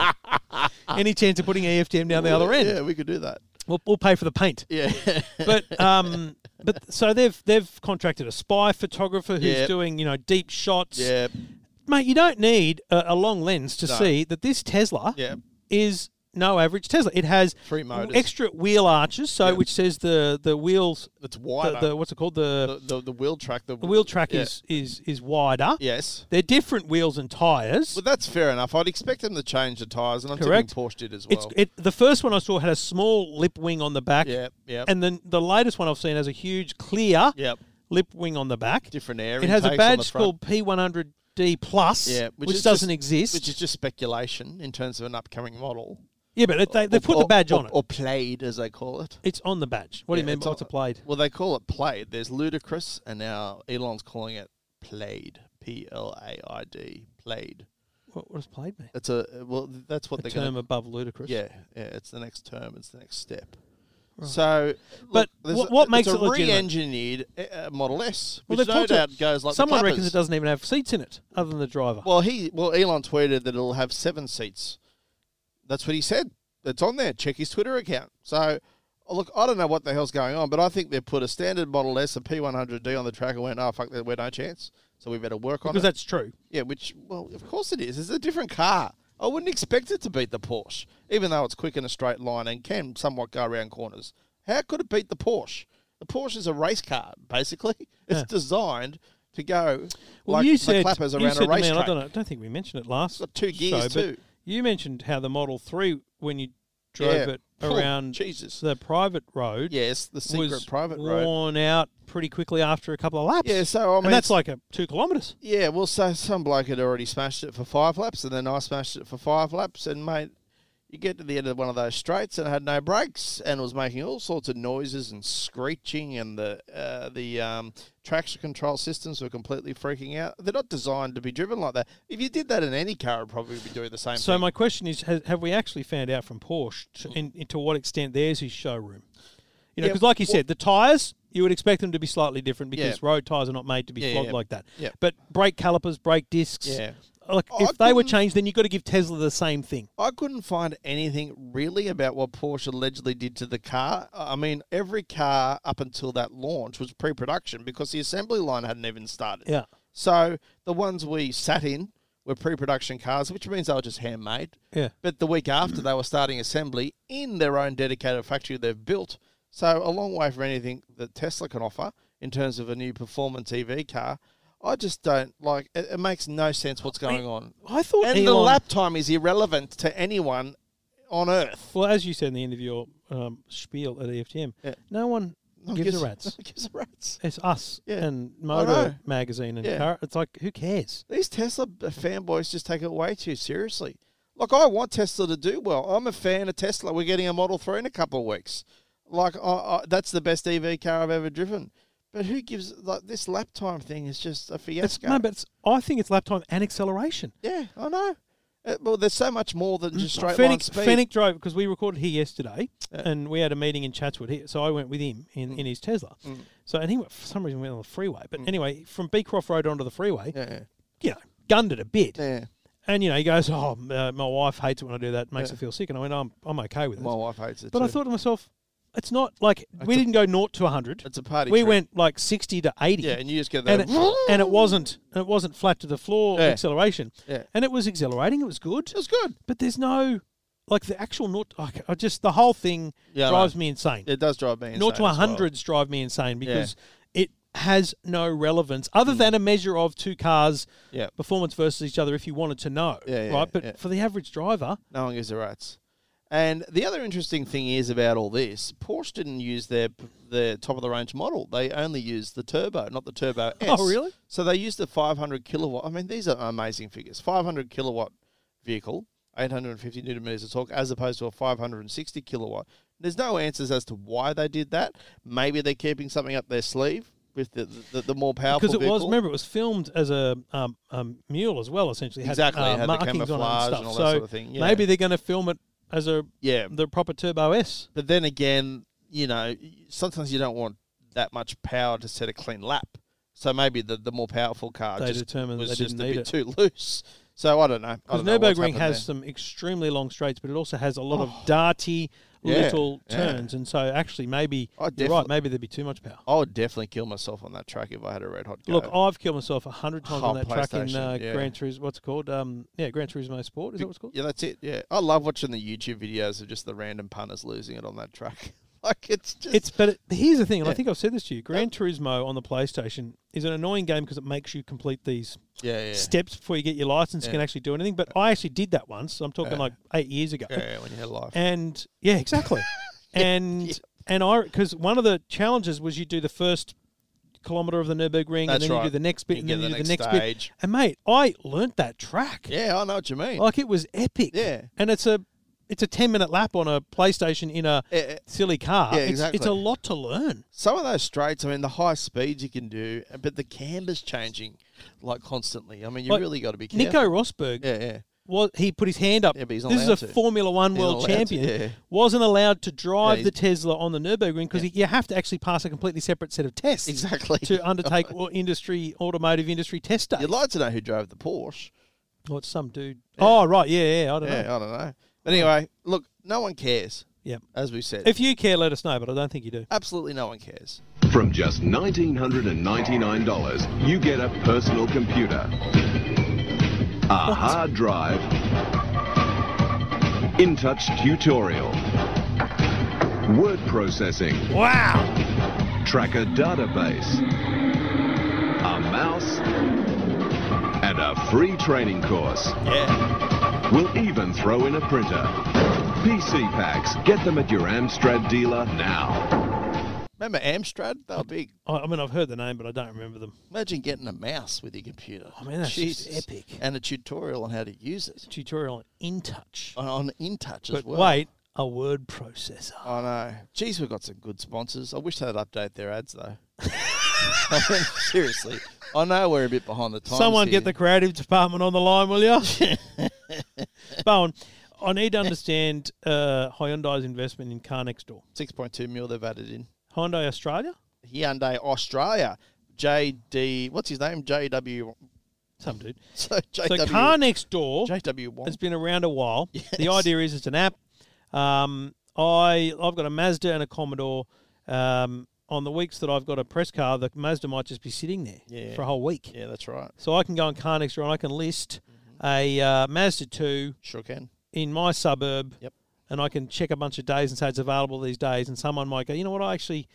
S3: Any chance of putting E EFTM down the other end?
S2: Yeah, we could do that.
S3: We'll, we'll pay for the paint."
S2: Yeah.
S3: but um, but so they've they've contracted a spy photographer who's
S2: Yep.
S3: doing you know deep shots.
S2: yeah.
S3: Mate, you don't need a, a long lens to
S2: No.
S3: see that this Tesla
S2: Yep.
S3: is no average Tesla. It has
S2: Three motors.
S3: extra wheel arches, so
S2: Yep.
S3: which says the the wheels.
S2: It's
S3: The,
S2: wider.
S3: the, what's it called? The,
S2: The, the, the wheel track. The,
S3: the wheel track
S2: yeah.
S3: is is is wider.
S2: Yes.
S3: They're different wheels and tires.
S2: Well, that's fair enough. I'd expect them to change the tyres, and I'm
S3: Correct.
S2: tipping Porsche did as well.
S3: It's it, the first one I saw had a small lip wing on the back.
S2: Yep, yep.
S3: And then the latest one I've seen has a huge clear
S2: Yep.
S3: lip wing on the back.
S2: Different air
S3: It has a
S2: intakes on the
S3: badge
S2: front.
S3: called P100D Plus.
S2: yeah,
S3: which,
S2: is
S3: doesn't
S2: just-
S3: exist.
S2: Which is just speculation in terms of an upcoming model.
S3: yeah, but it, they they
S2: Or-
S3: put the
S2: or-
S3: badge
S2: or-
S3: on it.
S2: or played as they call it.
S3: it's on the badge. What do
S2: Yeah,
S3: you mean?
S2: it's
S3: by What's
S2: on-
S3: it played?
S2: Well, they call it played. There's ludicrous, and now Elon's calling it played. P L A I D. Played.
S3: What, what does played mean?
S2: That's a well. That's what
S3: The
S2: they're
S3: term
S2: going.
S3: above ludicrous.
S2: Yeah, yeah. It's the next term. It's the next step. So,
S3: But
S2: there's
S3: what-
S2: a-
S3: what makes
S2: it's
S3: it
S2: a
S3: legitimate?
S2: re-engineered uh, Model S,
S3: Well,
S2: which
S3: they've
S2: no
S3: talked to-
S2: doubt goes like
S3: someone
S2: the
S3: reckons
S2: clappers.
S3: it doesn't even have seats in it other than the driver.
S2: Well, he well Elon tweeted that it'll have seven seats. That's what he said. It's on there. Check his Twitter account. So, oh, look, I don't know what the hell's going on, but I think they've put a standard Model S, a P100D on the track, and went, "Oh fuck, we're no chance." So we better work on
S3: because
S2: it.
S3: that's true.
S2: yeah, which well, of course it is. It's a different car. I wouldn't expect it to beat the Porsche, even though it's quick in a straight line and can somewhat go around corners. How could it beat the Porsche? The Porsche is a race car, basically. It's designed to go
S3: Well,
S2: like
S3: you
S2: the
S3: said
S2: clappers around
S3: you said
S2: a
S3: to me,
S2: racetrack.
S3: and I don't, know, I don't think we mentioned it last.
S2: got two gears,
S3: show, but
S2: too.
S3: You mentioned how the Model Three when you drove
S2: Yeah.
S3: it
S2: Oh,
S3: around
S2: Jesus.
S3: the private road.
S2: Yes, the secret
S3: was
S2: private road.
S3: worn out pretty quickly after a couple of laps.
S2: Yeah, so I mean,
S3: and that's like a two kilometres.
S2: yeah. Well, so some bloke had already smashed it for five laps, and then I smashed it for five laps, and mate, you get to the end of one of those straights and it had no brakes, and it was making all sorts of noises and screeching, and the uh, the um, traction control systems were completely freaking out. They're not designed to be driven like that. If you did that in any car, it'd probably be doing the same.
S3: So
S2: thing.
S3: my question is: has, Have we actually found out from Porsche to, in, in- to what extent theirs is showroom? You know,
S2: Yeah,
S3: because like you said, the tires you would expect them to be slightly different because
S2: Yeah.
S3: road tires are not made to be
S2: Yeah,
S3: flogged
S2: yeah.
S3: like that.
S2: Yeah.
S3: But brake calipers, brake discs.
S2: Yeah.
S3: Like
S2: I
S3: if they were
S2: couldn't-
S3: changed, then you've got to give Tesla the same thing.
S2: I couldn't find anything really about what Porsche allegedly did to the car. I mean, every car up until that launch was pre production because the assembly line hadn't even started.
S3: Yeah.
S2: So the ones we sat in were pre production cars, which means they were just handmade.
S3: Yeah.
S2: But the week after, they were starting assembly in their own dedicated factory they've built. So a long way from anything that Tesla can offer in terms of a new performance EV car. I just don't like it, it makes no sense what's going on
S3: I thought
S2: and
S3: Elon,
S2: the lap time is irrelevant to anyone on earth.
S3: Well, as you said in the end of your um, spiel at EFTM,
S2: Yeah.
S3: no one
S2: No
S3: gives a rat's.
S2: no gives a rat's.
S3: It's us
S2: Yeah.
S3: and
S2: I know.
S3: Motor magazine and
S2: Yeah.
S3: car. It's like who cares?
S2: These Tesla b- fanboys just take it way too seriously. Like I want Tesla to do well. I'm a fan of Tesla. We're getting a Model Three in a couple of weeks. Like I, I, that's the best EV car I've ever driven. But who gives like this lap time thing is just a
S3: It's,
S2: fiasco.
S3: no, but it's, I think it's lap time and acceleration.
S2: yeah, I know. Uh, well, there's so much more than just straight line
S3: Fennec,
S2: speed.
S3: Fennec drove because we recorded here yesterday, and we had a meeting in Chatswood. Here, so I went with him in,
S2: Mm.
S3: in his Tesla. So and he went, for some reason went on the freeway. But anyway, from Beecroft Road onto the freeway,
S2: Yeah,
S3: you know, gunned it a bit.
S2: yeah.
S3: And you know, he goes, "Oh, m- uh, my wife hates it when I do that. It makes her feel sick." And I went, "I'm I'm okay with it."
S2: My wife hates it.
S3: But I
S2: too.
S3: thought to myself, it's not like we
S2: a-
S3: didn't go naught to hundred.
S2: It's a party
S3: We
S2: trick.
S3: went like sixty to eighty.
S2: Yeah, and you just get
S3: and
S2: that.
S3: it, and it wasn't and it wasn't flat to the floor
S2: Yeah.
S3: acceleration.
S2: Yeah.
S3: And it was exhilarating. It was good. It
S2: was good.
S3: But there's no like the actual naught. I, I just the whole thing
S2: Yeah, I
S3: drives
S2: know.
S3: me insane.
S2: It does drive me insane.
S3: Naught to
S2: as well.
S3: hundreds drive me insane because it has no relevance other than a measure of two cars'
S2: Mm. Yeah.
S3: performance versus each other if you wanted to know,
S2: Yeah, yeah,
S3: right? But
S2: yeah.
S3: for the average driver,
S2: No one gives a rat's. And the other interesting thing is about all this, Porsche didn't use their their top of the range model. They only used the turbo, not the turbo S.
S3: Oh, really?
S2: So they used the 500 kilowatt. I mean, these are amazing figures. 500 kilowatt vehicle, 850 newton meters of torque, as opposed to a 560 kilowatt. There's no answers as to why they did that. Maybe they're keeping something up their sleeve with the the, the more powerful.
S3: because it was
S2: vehicle.
S3: remember it was filmed as a um, um, mule as well, essentially had,
S2: Exactly,
S3: uh,
S2: had the
S3: markings on it and
S2: camouflage
S3: stuff.
S2: and all
S3: so
S2: that sort of thing, yeah.
S3: maybe they're going to film it as a
S2: Yeah.
S3: the proper turbo S.
S2: But then again, you know, sometimes you don't want that much power to set a clean lap. So maybe the, the more powerful car
S3: They
S2: just
S3: determined
S2: was
S3: they
S2: just
S3: didn't
S2: a
S3: need
S2: bit too loose. So I don't know. I
S3: Because
S2: don't know what's
S3: Nurburgring
S2: happened
S3: has
S2: there. Oh.
S3: some extremely long straights, but it also has a lot of darty
S2: Yeah,
S3: little
S2: yeah.
S3: turns, and so actually maybe
S2: I
S3: you're right.
S2: definite-
S3: Maybe there'd be too much power.
S2: I would definitely kill myself on that track if I had a red hot go.
S3: Look, I've killed myself a hundred times on
S2: Oh,
S3: that track in uh,
S2: PlayStation, yeah.
S3: Gran Turismo. What's it called? Um, yeah, Gran Turismo Sport. Is that what it's called?
S2: yeah, that's it. Yeah, I love watching the YouTube videos of just the random punters losing it on that track. like it's just
S3: It's but it, here's the thing, and I
S2: Yeah.
S3: think I've said this to you. Gran Turismo on the PlayStation is an annoying game because it makes you complete these
S2: yeah, yeah.
S3: steps before you get your license. You can actually do anything. But I actually did that once. I'm talking like eight years ago.
S2: yeah, yeah, when you had life.
S3: And yeah, exactly. and and I because one of the challenges was you do the first kilometer of the Nurburgring, and
S2: That's
S3: then you do
S2: right.
S3: the next bit,
S2: You
S3: and
S2: get
S3: then you
S2: the
S3: do the
S2: next
S3: next
S2: stage.
S3: bit. And mate, I learnt that track.
S2: yeah, I know what you mean.
S3: Like it was epic.
S2: Yeah.
S3: And it's a it's a ten minute lap on a PlayStation in a
S2: Eh, eh.
S3: silly car.
S2: Yeah,
S3: It's- It's
S2: exactly.
S3: a lot to learn.
S2: some of those straights, I mean, the high speeds you can do, uh, but the camber's changing like constantly. I mean, you
S3: Like,
S2: really got to be careful.
S3: Nico Rosberg
S2: yeah, yeah.
S3: was he put his hand up.
S2: Yeah, but he's not
S3: this is a
S2: allowed to.
S3: Formula One
S2: He's not
S3: world
S2: allowed to,
S3: champion.
S2: yeah.
S3: Wasn't allowed to drive
S2: Yeah,
S3: the
S2: he's-
S3: Tesla on the Nurburgring because you have to actually pass a completely separate set of tests
S2: Exactly.
S3: to undertake or industry automotive industry test day.
S2: You'd like to know who drove the Porsche.
S3: Or it's some dude. Oh right, yeah, yeah. I don't
S2: Yeah,
S3: know.
S2: I don't know. But anyway, look, no one cares,
S3: Yeah.
S2: as we said.
S3: If you care, let us know. But I don't think you do.
S2: Absolutely no one cares.
S8: From just $1,999, you get a personal computer, a hard drive, in touch tutorial, word processing,
S3: Wow.
S8: tracker database, a mouse, and a free training course.
S2: Yeah.
S8: We'll even throw in a printer. PC packs, get them at your Amstrad dealer now.
S2: Remember Amstrad? They were big.
S3: I, I mean, I've heard the name, but I don't remember them.
S2: Imagine getting a mouse with your computer.
S3: I mean, Oh, that's just epic.
S2: And a tutorial on how to use it
S3: Tutorial on InTouch.
S2: on, on InTouch as
S3: But
S2: well.
S3: wait, a word processor.
S2: I know. Geez, we've got some good sponsors. I wish they'd update their ads though. I mean, seriously, I know we're a bit behind the times.
S3: Someone
S2: here.
S3: get the creative department on the line, will you? Bowen, I need to understand uh, Hyundai's investment in Car Next Door.
S2: six point two mil they've added in
S3: Hyundai Australia?
S2: Hyundai Australia. JD, what's his name? JW.
S3: Some dude.
S2: So JW.
S3: So Car Next Door
S2: JW Wong.
S3: has been around a while. The idea is it's an app. Um, I, I've got a Mazda and a Commodore. Um, on the weeks that I've got a press car, the Mazda might just be sitting there
S2: Yeah.
S3: for a whole week.
S2: Yeah, Mm-hmm. that's right.
S3: So I can go on Car Next Door and I can list a uh, Mazda 2
S2: Sure can.
S3: in my suburb,
S2: Yep.
S3: and I can check a bunch of days and say it's available these days, and someone might go, you know what, I actually,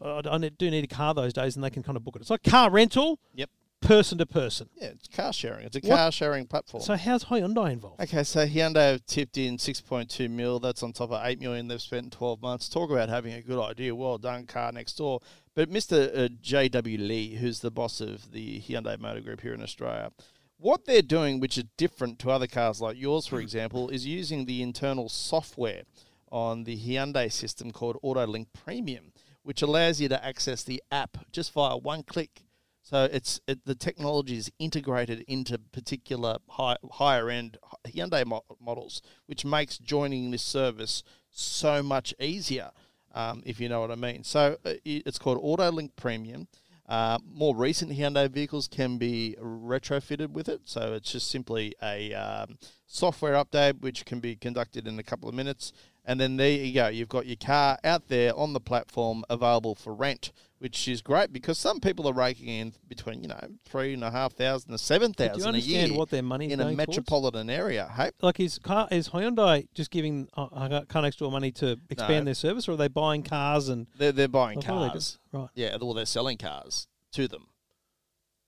S3: I, I ne- do need a car those days, and they can kind of book it. It's like car rental,
S2: Yep.
S3: person to person.
S2: Yeah, it's car sharing. It's a
S3: What-
S2: car sharing platform.
S3: So how's Hyundai involved?
S2: okay, so Hyundai have tipped in 6.2 mil. That's on top of 8 million they've spent in 12 months. Talk about having a good idea. Well done, car next door. But Mr. Uh, J.W. Lee, who's the boss of the Hyundai Motor Group here in Australia, what they're doing, which is different to other cars like yours, for example, is using the internal software on the Hyundai system called AutoLink Premium, which allows you to access the app just via one click. So it's it, the technology is integrated into particular high, higher end Hyundai mo- models, which makes joining this service so much easier, um, if you know what I mean. So uh, it- it's called AutoLink Premium. Uh, more recent Hyundai vehicles can be retrofitted with it, so it's just simply a um, software update which can be conducted in a couple of minutes. And then there you go. You've got your car out there on the platform available for rent, which is great because some people are raking in between, you know, three and a half thousand to seven
S3: Do you
S2: thousand a
S3: understand
S2: year
S3: what their money
S2: in a
S3: going towards?
S2: metropolitan area. Hey,
S3: Like is car is Hyundai just giving uh, uh, Car Next Door money to
S2: No.
S3: expand their service, or are they buying cars and
S2: they're, they're buying
S3: That's what they do.
S2: cars.
S3: Right.
S2: Yeah, well, they're selling cars. to them.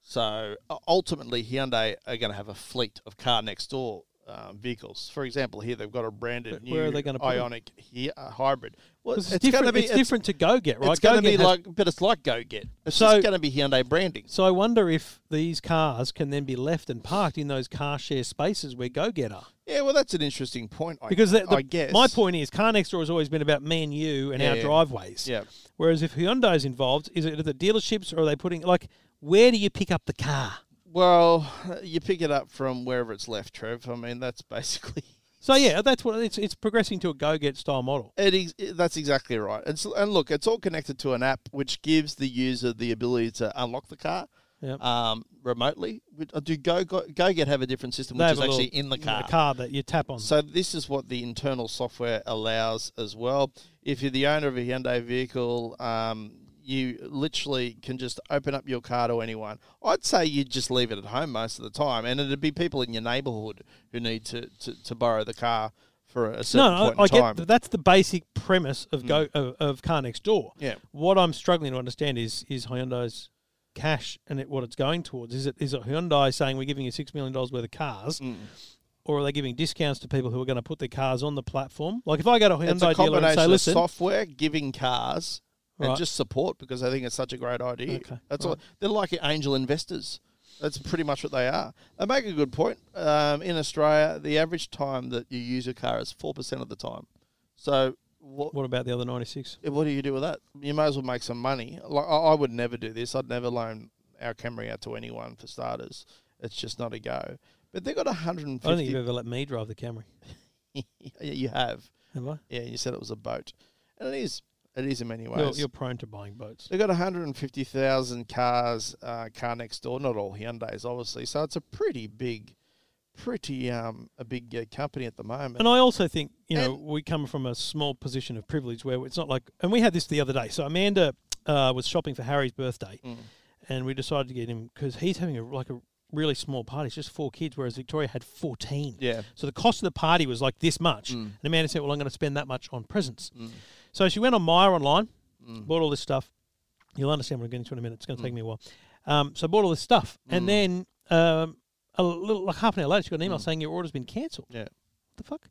S2: So u- ultimately, Hyundai are going to have a fleet of car next door uh, vehicles. For example, here they've got a branded
S3: But
S2: new
S3: where are they gonna put 'em?
S2: Ionic hy- uh, hybrid. Well,
S3: 'Cause It's,
S2: gonna
S3: different. it's, different to Go Get, right?
S2: It's going to
S3: Go-Get
S2: be
S3: has-
S2: like, but it's like Go Get. It's
S3: So-
S2: just going to be Hyundai branding.
S3: So I wonder if these cars can then be left and parked in those car share spaces where Go Get are.
S2: Yeah, well, that's an interesting point. I,
S3: Because the, the,
S2: I guess
S3: my point is, car next door has always been about me and you and
S2: Yeah,
S3: our
S2: yeah.
S3: driveways.
S2: Yeah.
S3: Whereas if Hyundai is involved, is it at the dealerships or are they putting like where do you pick up the car?
S2: Well, you pick it up from wherever it's left, Trev. I mean, that's basically
S3: So yeah, that's what it's it's progressing to a Go Get style model.
S2: it. Is, it- that's exactly right. And, so, and look, it's all connected to an app which gives the user the ability to unlock the car
S3: Yep.
S2: um, remotely. Which- uh, Do Go, Go Go Get have a different system
S3: They
S2: which
S3: have
S2: is
S3: a little-
S2: actually in the car?
S3: the car that you tap on.
S2: So this is what the internal software allows as well. If you're the owner of a Hyundai vehicle, um, you literally can just open up your car to anyone. I'd say you just leave it at home most of the time, and it'd be people in your neighbourhood who need to, to, to borrow the car for a certain
S3: no,
S2: point
S3: I, I
S2: in time. Mm.
S3: get that that's the basic premise of go of, of car next door.
S2: Yeah.
S3: What I'm struggling to understand is is Hyundai's cash and it, what it's going towards. Is it is it Hyundai saying we're giving you six million dollars worth of cars,
S2: Mm.
S3: or are they giving discounts to people who are going to put their cars on the platform? Like if I go to a
S2: it's a
S3: Hyundai dealer and
S2: combination
S3: say,
S2: of
S3: listen,
S2: software, giving cars,
S3: Right.
S2: and just support because I think it's such a great idea.
S3: Okay,
S2: That's all. They're like angel investors. That's pretty much what they are. They make a good point. Um, in Australia, the average time that you use a car is four percent of the time. So what,
S3: what about the other ninety six?
S2: yeah, What do you do with that? You may as well make some money. Like I I would never do this. I'd never loan our Camry out to anyone for starters. It's just not a go. But they've got
S3: I don't think
S2: 150.
S3: you've ever let me drive the Camry.
S2: Yeah, you have.
S3: Have I?
S2: Yeah, you said it was a boat, and it is. It is in many ways.
S3: You're, you're prone to buying boats.
S2: They've got 150,000 cars, uh, car next door, not all Hyundai's, obviously. So it's a pretty big, pretty um, a big uh, company at the moment.
S3: And I also think, you know, we come from a small position of privilege where it's not like, and we had this the other day. So Amanda uh, was shopping for Harry's birthday,
S2: Mm.
S3: and we decided to get him because he's having a, like a really small party. It's just four kids, whereas Victoria had 14.
S2: Yeah. Mm.
S3: So the cost of the party was like this much. And Amanda said, Well, I'm going to spend that much on presents. So she went on Myer online,
S2: Mm.
S3: bought all this stuff. You'll understand what I'm getting to in a minute. It's going to take me a while. Um, so I bought all this stuff.
S2: Mm.
S3: And then um, a little, like half an hour later, she got an email saying your order's been cancelled
S2: yeah.
S3: the fuck?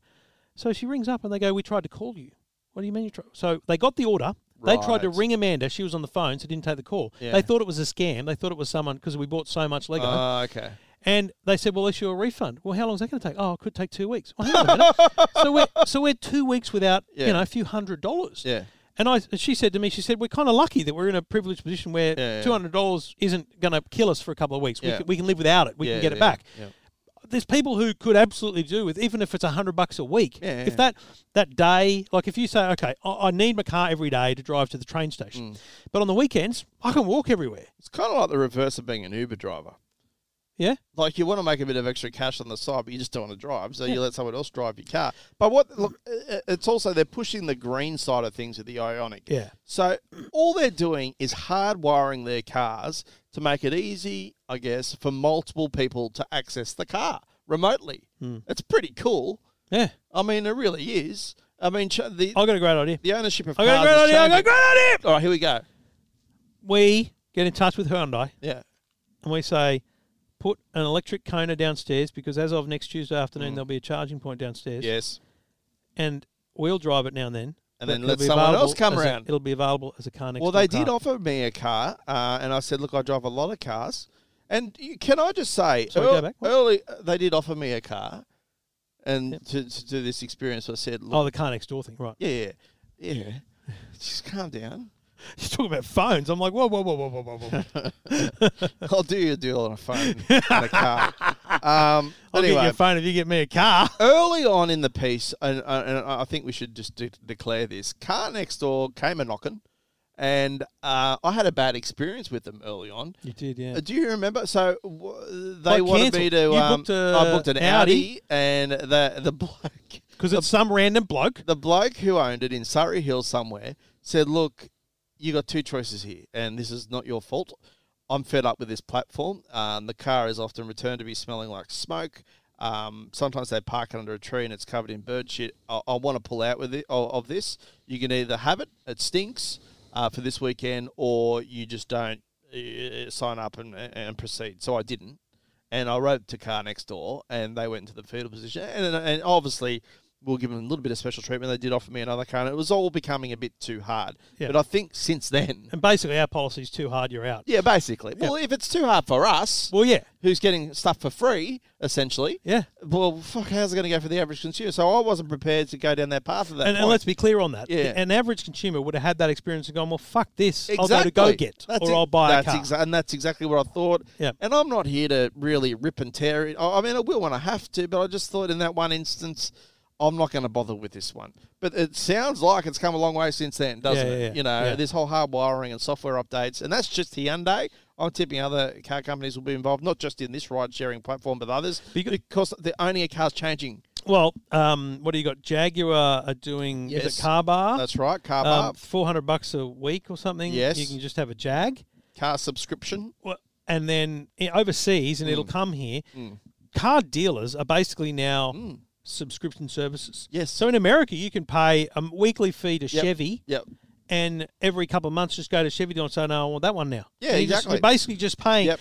S3: So she rings up and they go, we tried to call you. What do you mean you tried? So they got the order. They tried to
S2: Right.
S3: ring Amanda. She was on the phone, so didn't take the call.
S2: Yeah.
S3: They thought it was a scam. They thought it was someone because we bought so much Lego.
S2: Oh, okay.
S3: and they said, "We'll issue a refund." Well, how long is that going to take? Oh, it could take two weeks. Well, hang on a minute. so we're so we're two weeks without
S2: Yeah.
S3: you know a few hundred dollars.
S2: Yeah.
S3: And I, she said to me, she said, "We're kind of lucky that we're in a privileged position where
S2: Yeah, yeah.
S3: two hundred dollars isn't going to kill us for a couple of weeks.
S2: Yeah.
S3: We, can, we can live without it. We
S2: Yeah,
S3: can get
S2: yeah,
S3: it back."
S2: yeah.
S3: there's people who could absolutely do with even if it's a hundred bucks a week.
S2: Yeah, yeah,
S3: if
S2: yeah.
S3: that that day, like if you say, okay, I, I need my car every day to drive to the train
S2: Mm.
S3: station, but on the weekends I can walk everywhere.
S2: It's kind of like the reverse of being an Uber driver.
S3: Yeah,
S2: Like you want to make a bit of extra cash on the side, but you just don't want to drive, so you let someone else drive your car. But what look, i- i- it's also they're pushing the green side of things with the Ionic.
S3: Yeah.
S2: So all they're doing is hardwiring their cars to make it easy, I guess, for multiple people to access the car remotely.
S3: Hmm.
S2: It's pretty cool.
S3: yeah.
S2: I mean, it really is. I mean, ch- the
S3: I got a great idea.
S2: the ownership of
S3: I
S2: cars.
S3: got a
S2: is
S3: great idea. I got a
S2: changing.
S3: great idea.
S2: All right, here we go.
S3: We get in touch with Hyundai
S2: Yeah.
S3: and we say, put an electric Kona downstairs because as of next Tuesday afternoon
S2: Mm.
S3: there'll be a charging point downstairs.
S2: Yes.
S3: and we'll drive it now and then.
S2: And
S3: but
S2: then
S3: it'll
S2: let
S3: be
S2: someone
S3: available
S2: else come
S3: as a-
S2: around.
S3: it'll be available as a car next.
S2: Well,
S3: door
S2: they
S3: car.
S2: did offer me a car, uh, and I said, "Look, I drive a lot of cars." And you, can I just say,
S3: Sorry, go
S2: ear-
S3: back. What?
S2: early uh, they did offer me a car, and to, to do this experience, I said,
S3: Oh,
S2: "Look,
S3: the car next door thing, right?
S2: yeah, yeah, yeah, just calm down.
S3: She's talking about phones. I'm like, whoa, whoa, whoa, whoa, whoa, whoa, whoa.
S2: I'll do your deal on a phone and a car." Um,
S3: I'll
S2: anyway,
S3: get your phone if you get me a car.
S2: early on in the piece, and, uh, and I think we should just de- declare this: car next door came a knocking, and uh, I had a bad experience with them early on.
S3: You did, yeah.
S2: Uh, Do you remember? So w- they
S3: Like
S2: wanted me
S3: cancelled.
S2: to.
S3: You
S2: Um,
S3: booked a
S2: I booked an Audi,
S3: Audi.
S2: and the the bloke,
S3: Because it's some random bloke.
S2: the bloke who owned it in Surrey Hills somewhere, said, "Look, you got two choices here, and this is not your fault. I'm fed up with this platform. Um, the car is often returned to be smelling like smoke." Um, sometimes they park it under a tree and it's covered in bird shit. I, I want to pull out with it, of, of this. You can either have it, it stinks uh, for this weekend, or you just don't uh, sign up and, and proceed. So I didn't. And I rode to car next door, and they went into the fetal position. And, and obviously, we'll give them a little bit of special treatment. They did offer me another car, and it was all becoming a bit too hard.
S3: Yeah.
S2: But I think since then,
S3: And basically, our policy is too hard, you're out.
S2: yeah, basically. Well, if it's too hard for us,
S3: Well, yeah.
S2: who's getting stuff for free, essentially,
S3: Yeah.
S2: well, fuck, how's it going to go for the average consumer? So I wasn't prepared to go down that path of that.
S3: And, and
S2: point.
S3: let's be clear on that.
S2: Yeah.
S3: An average consumer would have had that experience and gone, well, fuck this. I'll go to Go Get
S2: That's
S3: or
S2: it.
S3: I'll buy
S2: that's
S3: a car.
S2: exa- and that's exactly what I thought.
S3: Yeah.
S2: And I'm not here to really rip and tear it. I I mean, I will when I have to, but I just thought in that one instance, I'm not going to bother with this one. But it sounds like it's come a long way since then, doesn't
S3: Yeah, yeah,
S2: it?
S3: yeah.
S2: You know,
S3: Yeah.
S2: this whole hard wiring and software updates, and that's just Hyundai. I'm tipping other car companies will be involved, not just in this ride sharing platform, but others,
S3: Becau-
S2: because the only a car's changing.
S3: well, um, what do you got? Jaguar are doing, is
S2: Yes.
S3: it Car Bar?
S2: That's right, car
S3: Um,
S2: bar,
S3: 400 bucks a week or something.
S2: Yes.
S3: You can just have a Jag.
S2: car subscription.
S3: Well, and then i- overseas, and
S2: Mm.
S3: it'll come here. Car dealers are basically now subscription services.
S2: Mm. Yes.
S3: So in America, you can pay a m- weekly fee to Chevy,
S2: Yep.
S3: and every couple of months, just go to Chevy dealer and say, "No, I want that one now."
S2: Yeah,
S3: And you just-
S2: exactly.
S3: you're basically just paying.
S2: Yep.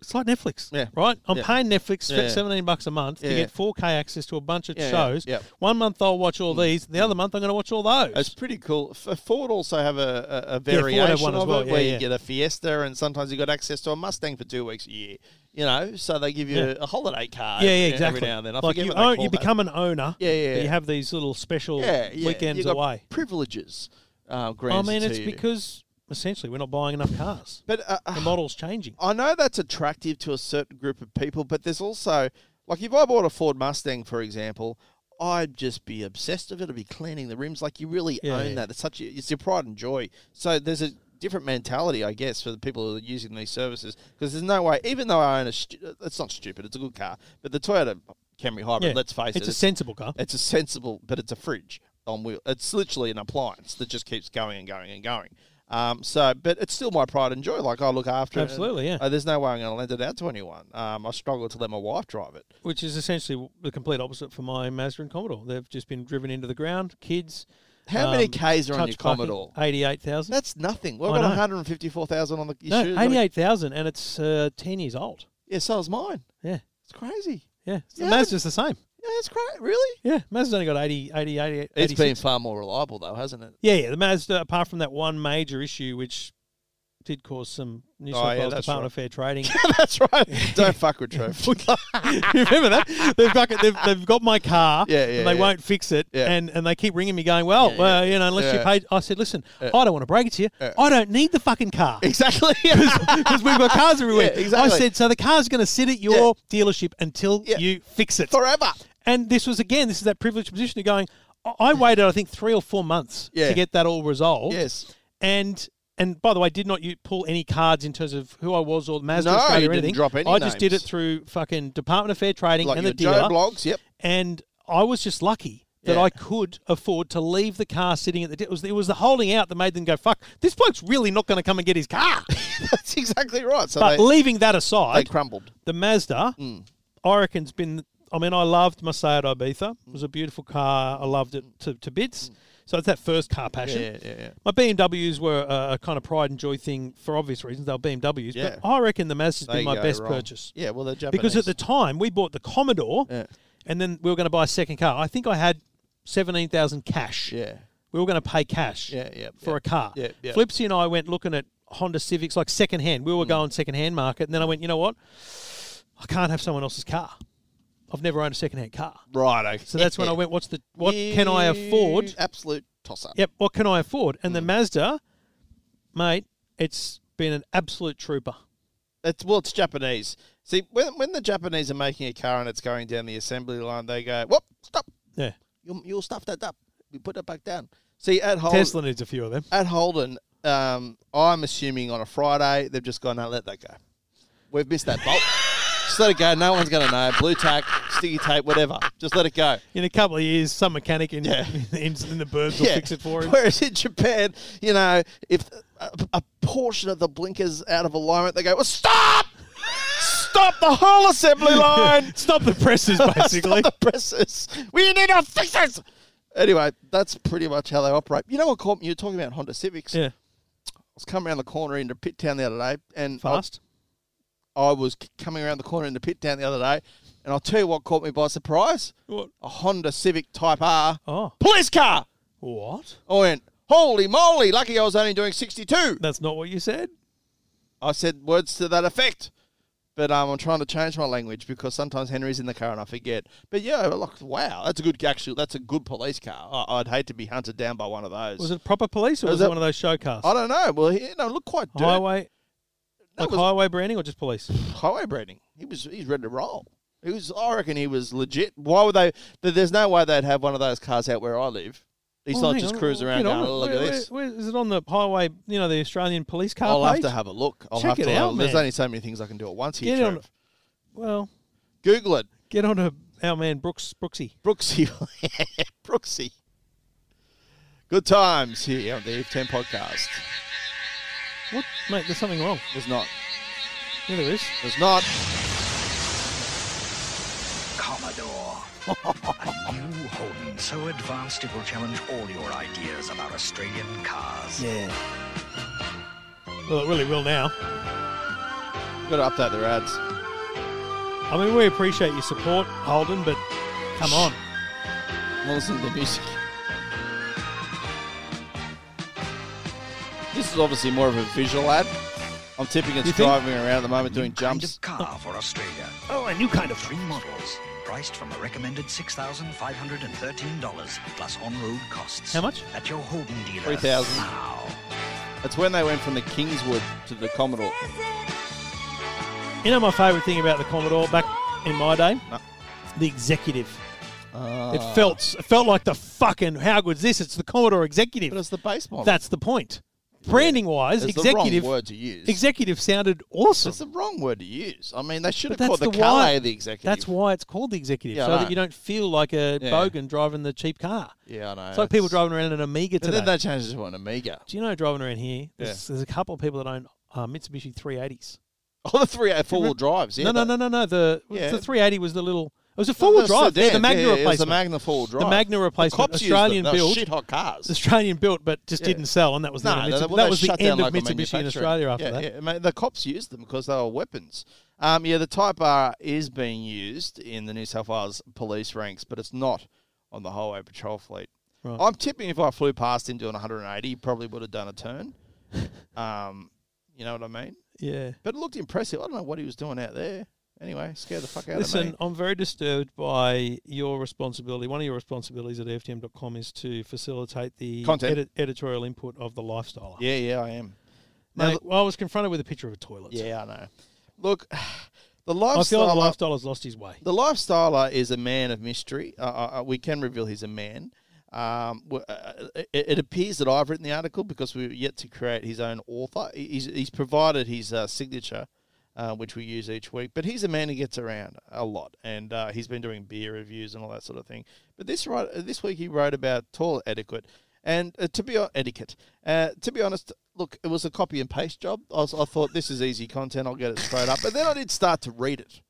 S3: It's like Netflix,
S2: Yeah.
S3: right? I'm
S2: Yeah.
S3: paying Netflix
S2: Yeah.
S3: for 17 bucks a month to
S2: Yeah.
S3: get 4K access to a bunch of
S2: Yeah, Mm. yeah,
S3: shows.
S2: yeah.
S3: One month I'll watch all these, the other month I'm going to watch all those.
S2: It's pretty cool. F- Ford also have a, a, a
S3: Ford have
S2: variation
S3: one as
S2: of
S3: well,
S2: it
S3: yeah,
S2: where
S3: yeah.
S2: you get a Fiesta, and sometimes you got access to a Mustang for two weeks a year. You know, so they give you
S3: Yeah.
S2: a holiday car.
S3: yeah, yeah,
S2: every
S3: exactly.
S2: now and then, I
S3: like
S2: forget
S3: you
S2: what they
S3: own,
S2: call
S3: you
S2: that.
S3: become an owner.
S2: Yeah, yeah,
S3: but You
S2: yeah.
S3: have these little special
S2: yeah, yeah.
S3: weekends
S2: you got
S3: away.
S2: privileges. Uh,
S3: I
S2: granted
S3: mean,
S2: to
S3: it's
S2: you.
S3: because essentially we're not buying enough cars.
S2: but uh,
S3: The model's changing.
S2: I know that's attractive to a certain group of people, but there's also like if I bought a Ford Mustang, for example, I'd just be obsessed with it. I'd be cleaning the rims like you really
S3: Yeah,
S2: own
S3: yeah.
S2: that. It's such a, it's your pride and joy. So there's a different mentality, I guess, for the people who are using these services because there's no way. Even though I own a, stu- it's not stupid. It's a good car, but the Toyota Camry Hybrid.
S3: Yeah.
S2: Let's face
S3: it's
S2: it,
S3: a sensible car.
S2: it's a sensible, but it's a fridge on wheel. It's literally an appliance that just keeps going and going and going. Um, so, but it's still my pride and joy. Like I look after
S3: Absolutely,
S2: it.
S3: yeah.
S2: Uh, there's no way I'm going to lend it out to anyone. Um, I struggle to let my wife drive it.
S3: which is essentially the complete opposite for my Mazda and Commodore. They've just been driven into the ground. Kids. um,
S2: How many Ks are on your Commodore?
S3: Eighty-eight thousand.
S2: That's nothing. Well,
S3: I
S2: I've got
S3: know.
S2: 154,000 on the. you
S3: no,
S2: sure? Like-
S3: eighty-eight thousand, and it's uh, ten years old.
S2: Yeah, so is mine.
S3: Yeah,
S2: It's crazy.
S3: yeah. So
S2: Yeah,
S3: Mazda's the same.
S2: Yeah, it's crazy. Really?
S3: Yeah, Mazda's only got 80, 80, 88,
S2: It's
S3: 86.
S2: been far more reliable though, hasn't it?
S3: Yeah, yeah. The Mazda, apart from that one major issue, which did cause some New
S2: Oh,
S3: South
S2: yeah,
S3: Wales
S2: that's
S3: Department
S2: right.
S3: of Fair Trading.
S2: That's right. Don't fuck with Trev.
S3: you remember that? They've, fucking, they've, they've got my car,
S2: Yeah, yeah,
S3: and they
S2: yeah.
S3: won't fix it,
S2: Yeah.
S3: and, and they keep ringing me going, well,
S2: Yeah, yeah.
S3: well, you know, unless you
S2: Yeah.
S3: pay. I said, listen, I don't want to break it to you. I don't need the fucking car.
S2: exactly.
S3: Because we've got cars everywhere.
S2: Yeah, exactly.
S3: I said, so the car's going to sit at your dealership until
S2: Yeah.
S3: you fix it.
S2: Forever.
S3: And this was again, this is that privileged position of going. I- I waited, I think, three or four months
S2: Yeah.
S3: to get that all resolved.
S2: Yes.
S3: And and by the way, did not you pull any cards in terms of who I was or Mazda
S2: No,
S3: Australia
S2: you
S3: or
S2: didn't
S3: anything.
S2: drop any
S3: I just did it
S2: names.
S3: through fucking Department of Fair Trading
S2: Like
S3: and
S2: your
S3: the
S2: Joe
S3: dealer.
S2: blogs. Yep.
S3: And I was just lucky. That
S2: Yeah.
S3: I could afford to leave the car sitting at the. de- It was, it was the holding out that made them go, fuck, this bloke's really not going to come and get his car.
S2: That's exactly right. So
S3: but
S2: they,
S3: leaving that
S2: they
S3: aside,
S2: crumbled.
S3: the Mazda,
S2: Mm.
S3: I reckon's been. I mean, I loved my Seat Ibiza. It was a beautiful car. I loved it to, to bits. So it's that first car passion.
S2: Mm. Yeah, yeah, yeah.
S3: My BMWs were a, a kind of pride and joy thing for obvious reasons. They were BMWs,
S2: Yeah.
S3: but I reckon the Mazda's
S2: They
S3: been my
S2: go
S3: best
S2: wrong.
S3: purchase
S2: Yeah, well, they're Japanese.
S3: because at the time we bought the Commodore, and then we were going to buy a second car. I think I had seventeen thousand cash.
S2: Yeah.
S3: we were going to pay cash.
S2: Yeah, yeah,
S3: for
S2: yeah.
S3: a car.
S2: Yeah, yeah. Mm.
S3: Flipsy and I went looking at Honda Civics like second hand. We were going second hand market, and then I went, you know what? I can't have someone else's car. I've never owned a second hand car,
S2: right, okay.
S3: so that's when I went. What's the what can I afford?
S2: Absolute toss up.
S3: Yep, what can I afford? And
S2: Mm.
S3: the Mazda, mate, it's been an absolute trooper.
S2: It's well, it's Japanese. See, when, when the Japanese are making a car and it's going down the assembly line, they go, "Whoop, stop!
S3: Yeah,
S2: You'll, you'll stuff that up. We put it back down." See, at Holden,
S3: Tesla needs a few of them.
S2: at Holden, um, I'm assuming on a Friday they've just gone, "No, let that go. We've missed that bolt. just let it go. No one's going to know. Blue tack, sticky tape, whatever. Just let it go."
S3: In a couple of years, some mechanic in,
S2: Yeah.
S3: in, in the burbs will fix it for him.
S2: Whereas in Japan, you know, if a, a portion of the blinkers out of alignment, they go, well, stop! Stop the whole assembly line!
S3: Stop the presses, basically.
S2: Stop the presses! We need to fix this! Anyway, that's pretty much how they operate. You know what caught me? You were talking about Honda Civics.
S3: yeah.
S2: was coming around the corner into Pit Town the other day, and I-
S3: Fast.
S2: I was c- coming around the corner into Pit Town the other day, and I'll tell you what caught me by surprise:
S3: What?
S2: a Honda Civic Type R
S3: Oh.
S2: police car.
S3: What?
S2: I went, holy moly! Lucky I was only doing sixty-two.
S3: That's not what you said.
S2: I said words to that effect. But um, I'm trying to change my language because sometimes Henry's in the car and I forget. But yeah, like wow, that's a good actually. That's a good police car. I, I'd hate to be hunted down by one of those.
S3: Was it proper police or
S2: Was
S3: was, it
S2: that-
S3: one of those show cars?
S2: I don't know. Well, he, no, look quite dirt.
S3: Highway,
S2: No,
S3: like
S2: it was
S3: highway branding or just police?
S2: highway breeding. He was he's ready to roll. He was. I reckon he was legit. Why would they? th- There's no way they'd have one of those cars out where I live. He's
S3: Oh,
S2: not
S3: hang
S2: just
S3: on,
S2: cruising around
S3: hang on,
S2: going, "Oh, look
S3: where-
S2: at this.
S3: where- where- Is it on the highway? You know the Australian police car
S2: I'll have
S3: page?
S2: to have a look. I'll
S3: Check
S2: have
S3: it
S2: to.
S3: out,
S2: There's
S3: man.
S2: only so many things I can do at once here.
S3: Get on-
S2: Trev.
S3: Well,
S2: Google it.
S3: get on to our man Brooks Brooksy.
S2: Brooksy. Brooksy. Good times here on the Eve 10 podcast.
S3: What, mate? There's something wrong.
S2: There's not.
S3: Yeah, there is.
S2: There's not.
S9: Commodore. a new Holden so advanced it will challenge all your ideas about Australian cars.
S5: Yeah.
S3: Well, it really will now.
S2: Got to update their ads.
S3: I mean, we appreciate your support, Holden, but come on.
S2: I'm listening to music. This is obviously more of a visual ad. I'm tipping it's
S3: You think?
S2: driving around at the moment doing
S9: Kind
S2: jumps.
S9: of car for Australia.
S3: Oh, a new kind
S9: Three models, priced from a recommended $6,513 plus on-road costs.
S3: How much?
S9: At your Holden dealer.
S2: 3,000.
S9: Now.
S2: It's when they went from the Kingswood to the Commodore.
S3: You know my favourite thing about the Commodore back in my day?
S2: No.
S3: The executive.
S2: Ah.
S3: it felt it felt like the fucking how good's this? It's the Commodore executive.
S2: But it's the base model.
S3: That's the point. Branding wise,
S2: It's
S3: executive
S2: the wrong word to use.
S3: executive sounded awesome.
S2: It's the wrong word to use. I mean, they should
S3: But
S2: have called the, Calais the executive.
S3: That's why it's called the executive,
S2: Yeah, I
S3: so
S2: know.
S3: that you don't feel like a
S2: Yeah.
S3: bogan driving the cheap car.
S2: Yeah, I know.
S3: it's like people driving around in an Amiga
S2: And
S3: today.
S2: then they changed it to an Amiga.
S3: Do you know driving around here? There's, there's a couple of people that own uh, Mitsubishi 380s.
S2: Oh, the three four wheel drives. Yeah,
S3: no, no, no, no, no. The
S2: Yeah.
S3: the 380 was the little. It was a four wheel drive. Yeah, the Magna
S2: yeah, It was the
S3: replacement.
S2: Magna four wheel drive.
S3: The Magna replacement,
S2: cops used
S3: Australian
S2: them. They were
S3: build.
S2: shit hot cars.
S3: Australian built, but just
S2: Yeah.
S3: didn't sell, and that was the
S2: No,
S3: end
S2: no,
S3: of Mitsubishi.
S2: well,
S3: that
S2: they
S3: was the
S2: shut down
S3: end of
S2: local
S3: Mitsubishi in
S2: manufacturing.
S3: Australia after
S2: yeah,
S3: that.
S2: Yeah, mate, the cops used them because they were weapons. Um, yeah, the Type R is being used in the New South Wales police ranks, but it's not on the highway patrol fleet.
S3: Right.
S2: I'm tipping if I flew past him doing 180, he probably would have done a turn. um, you know what I mean?
S3: Yeah.
S2: But it looked impressive. I don't know what he was doing out there. Anyway, scared the fuck out of
S3: Listen,
S2: me.
S3: I'm very disturbed by your responsibility. One of your responsibilities at EFTM.com is to facilitate the
S2: Content.
S3: edit- editorial input of the lifestyle.
S2: Yeah, yeah, I am.
S3: Mate,
S2: Now,
S3: well, I was confronted with a picture of a toilet.
S2: Yeah, I know. Look, the
S3: I feel like the
S2: lifestyle.
S3: lifestyle has lost his way.
S2: the lifestyler is a man of mystery. Uh, uh, uh, we can reveal he's a man. Um, w- uh, it, it appears that I've written the article because we're yet to create his own author. He- He's, he's provided his uh, signature, uh, which we use each week. But he's a man who gets around a lot, and uh, he's been doing beer reviews and all that sort of thing. But this right this week he wrote about toilet etiquette, and uh, to be hon- etiquette, uh, to be honest, look, it was a copy and paste job. I, was, I thought this is easy content. I'll get it straight up. But then I did start to read it.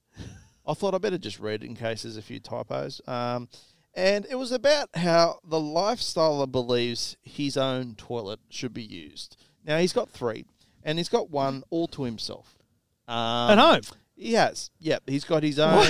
S2: I thought I better just read it in case there's a few typos. Um, and it was about how the lifestyler believes his own toilet should be used. Now he's got three, and he's got one all to himself. Um,
S3: At home.
S2: He has. Yep, he's got his own.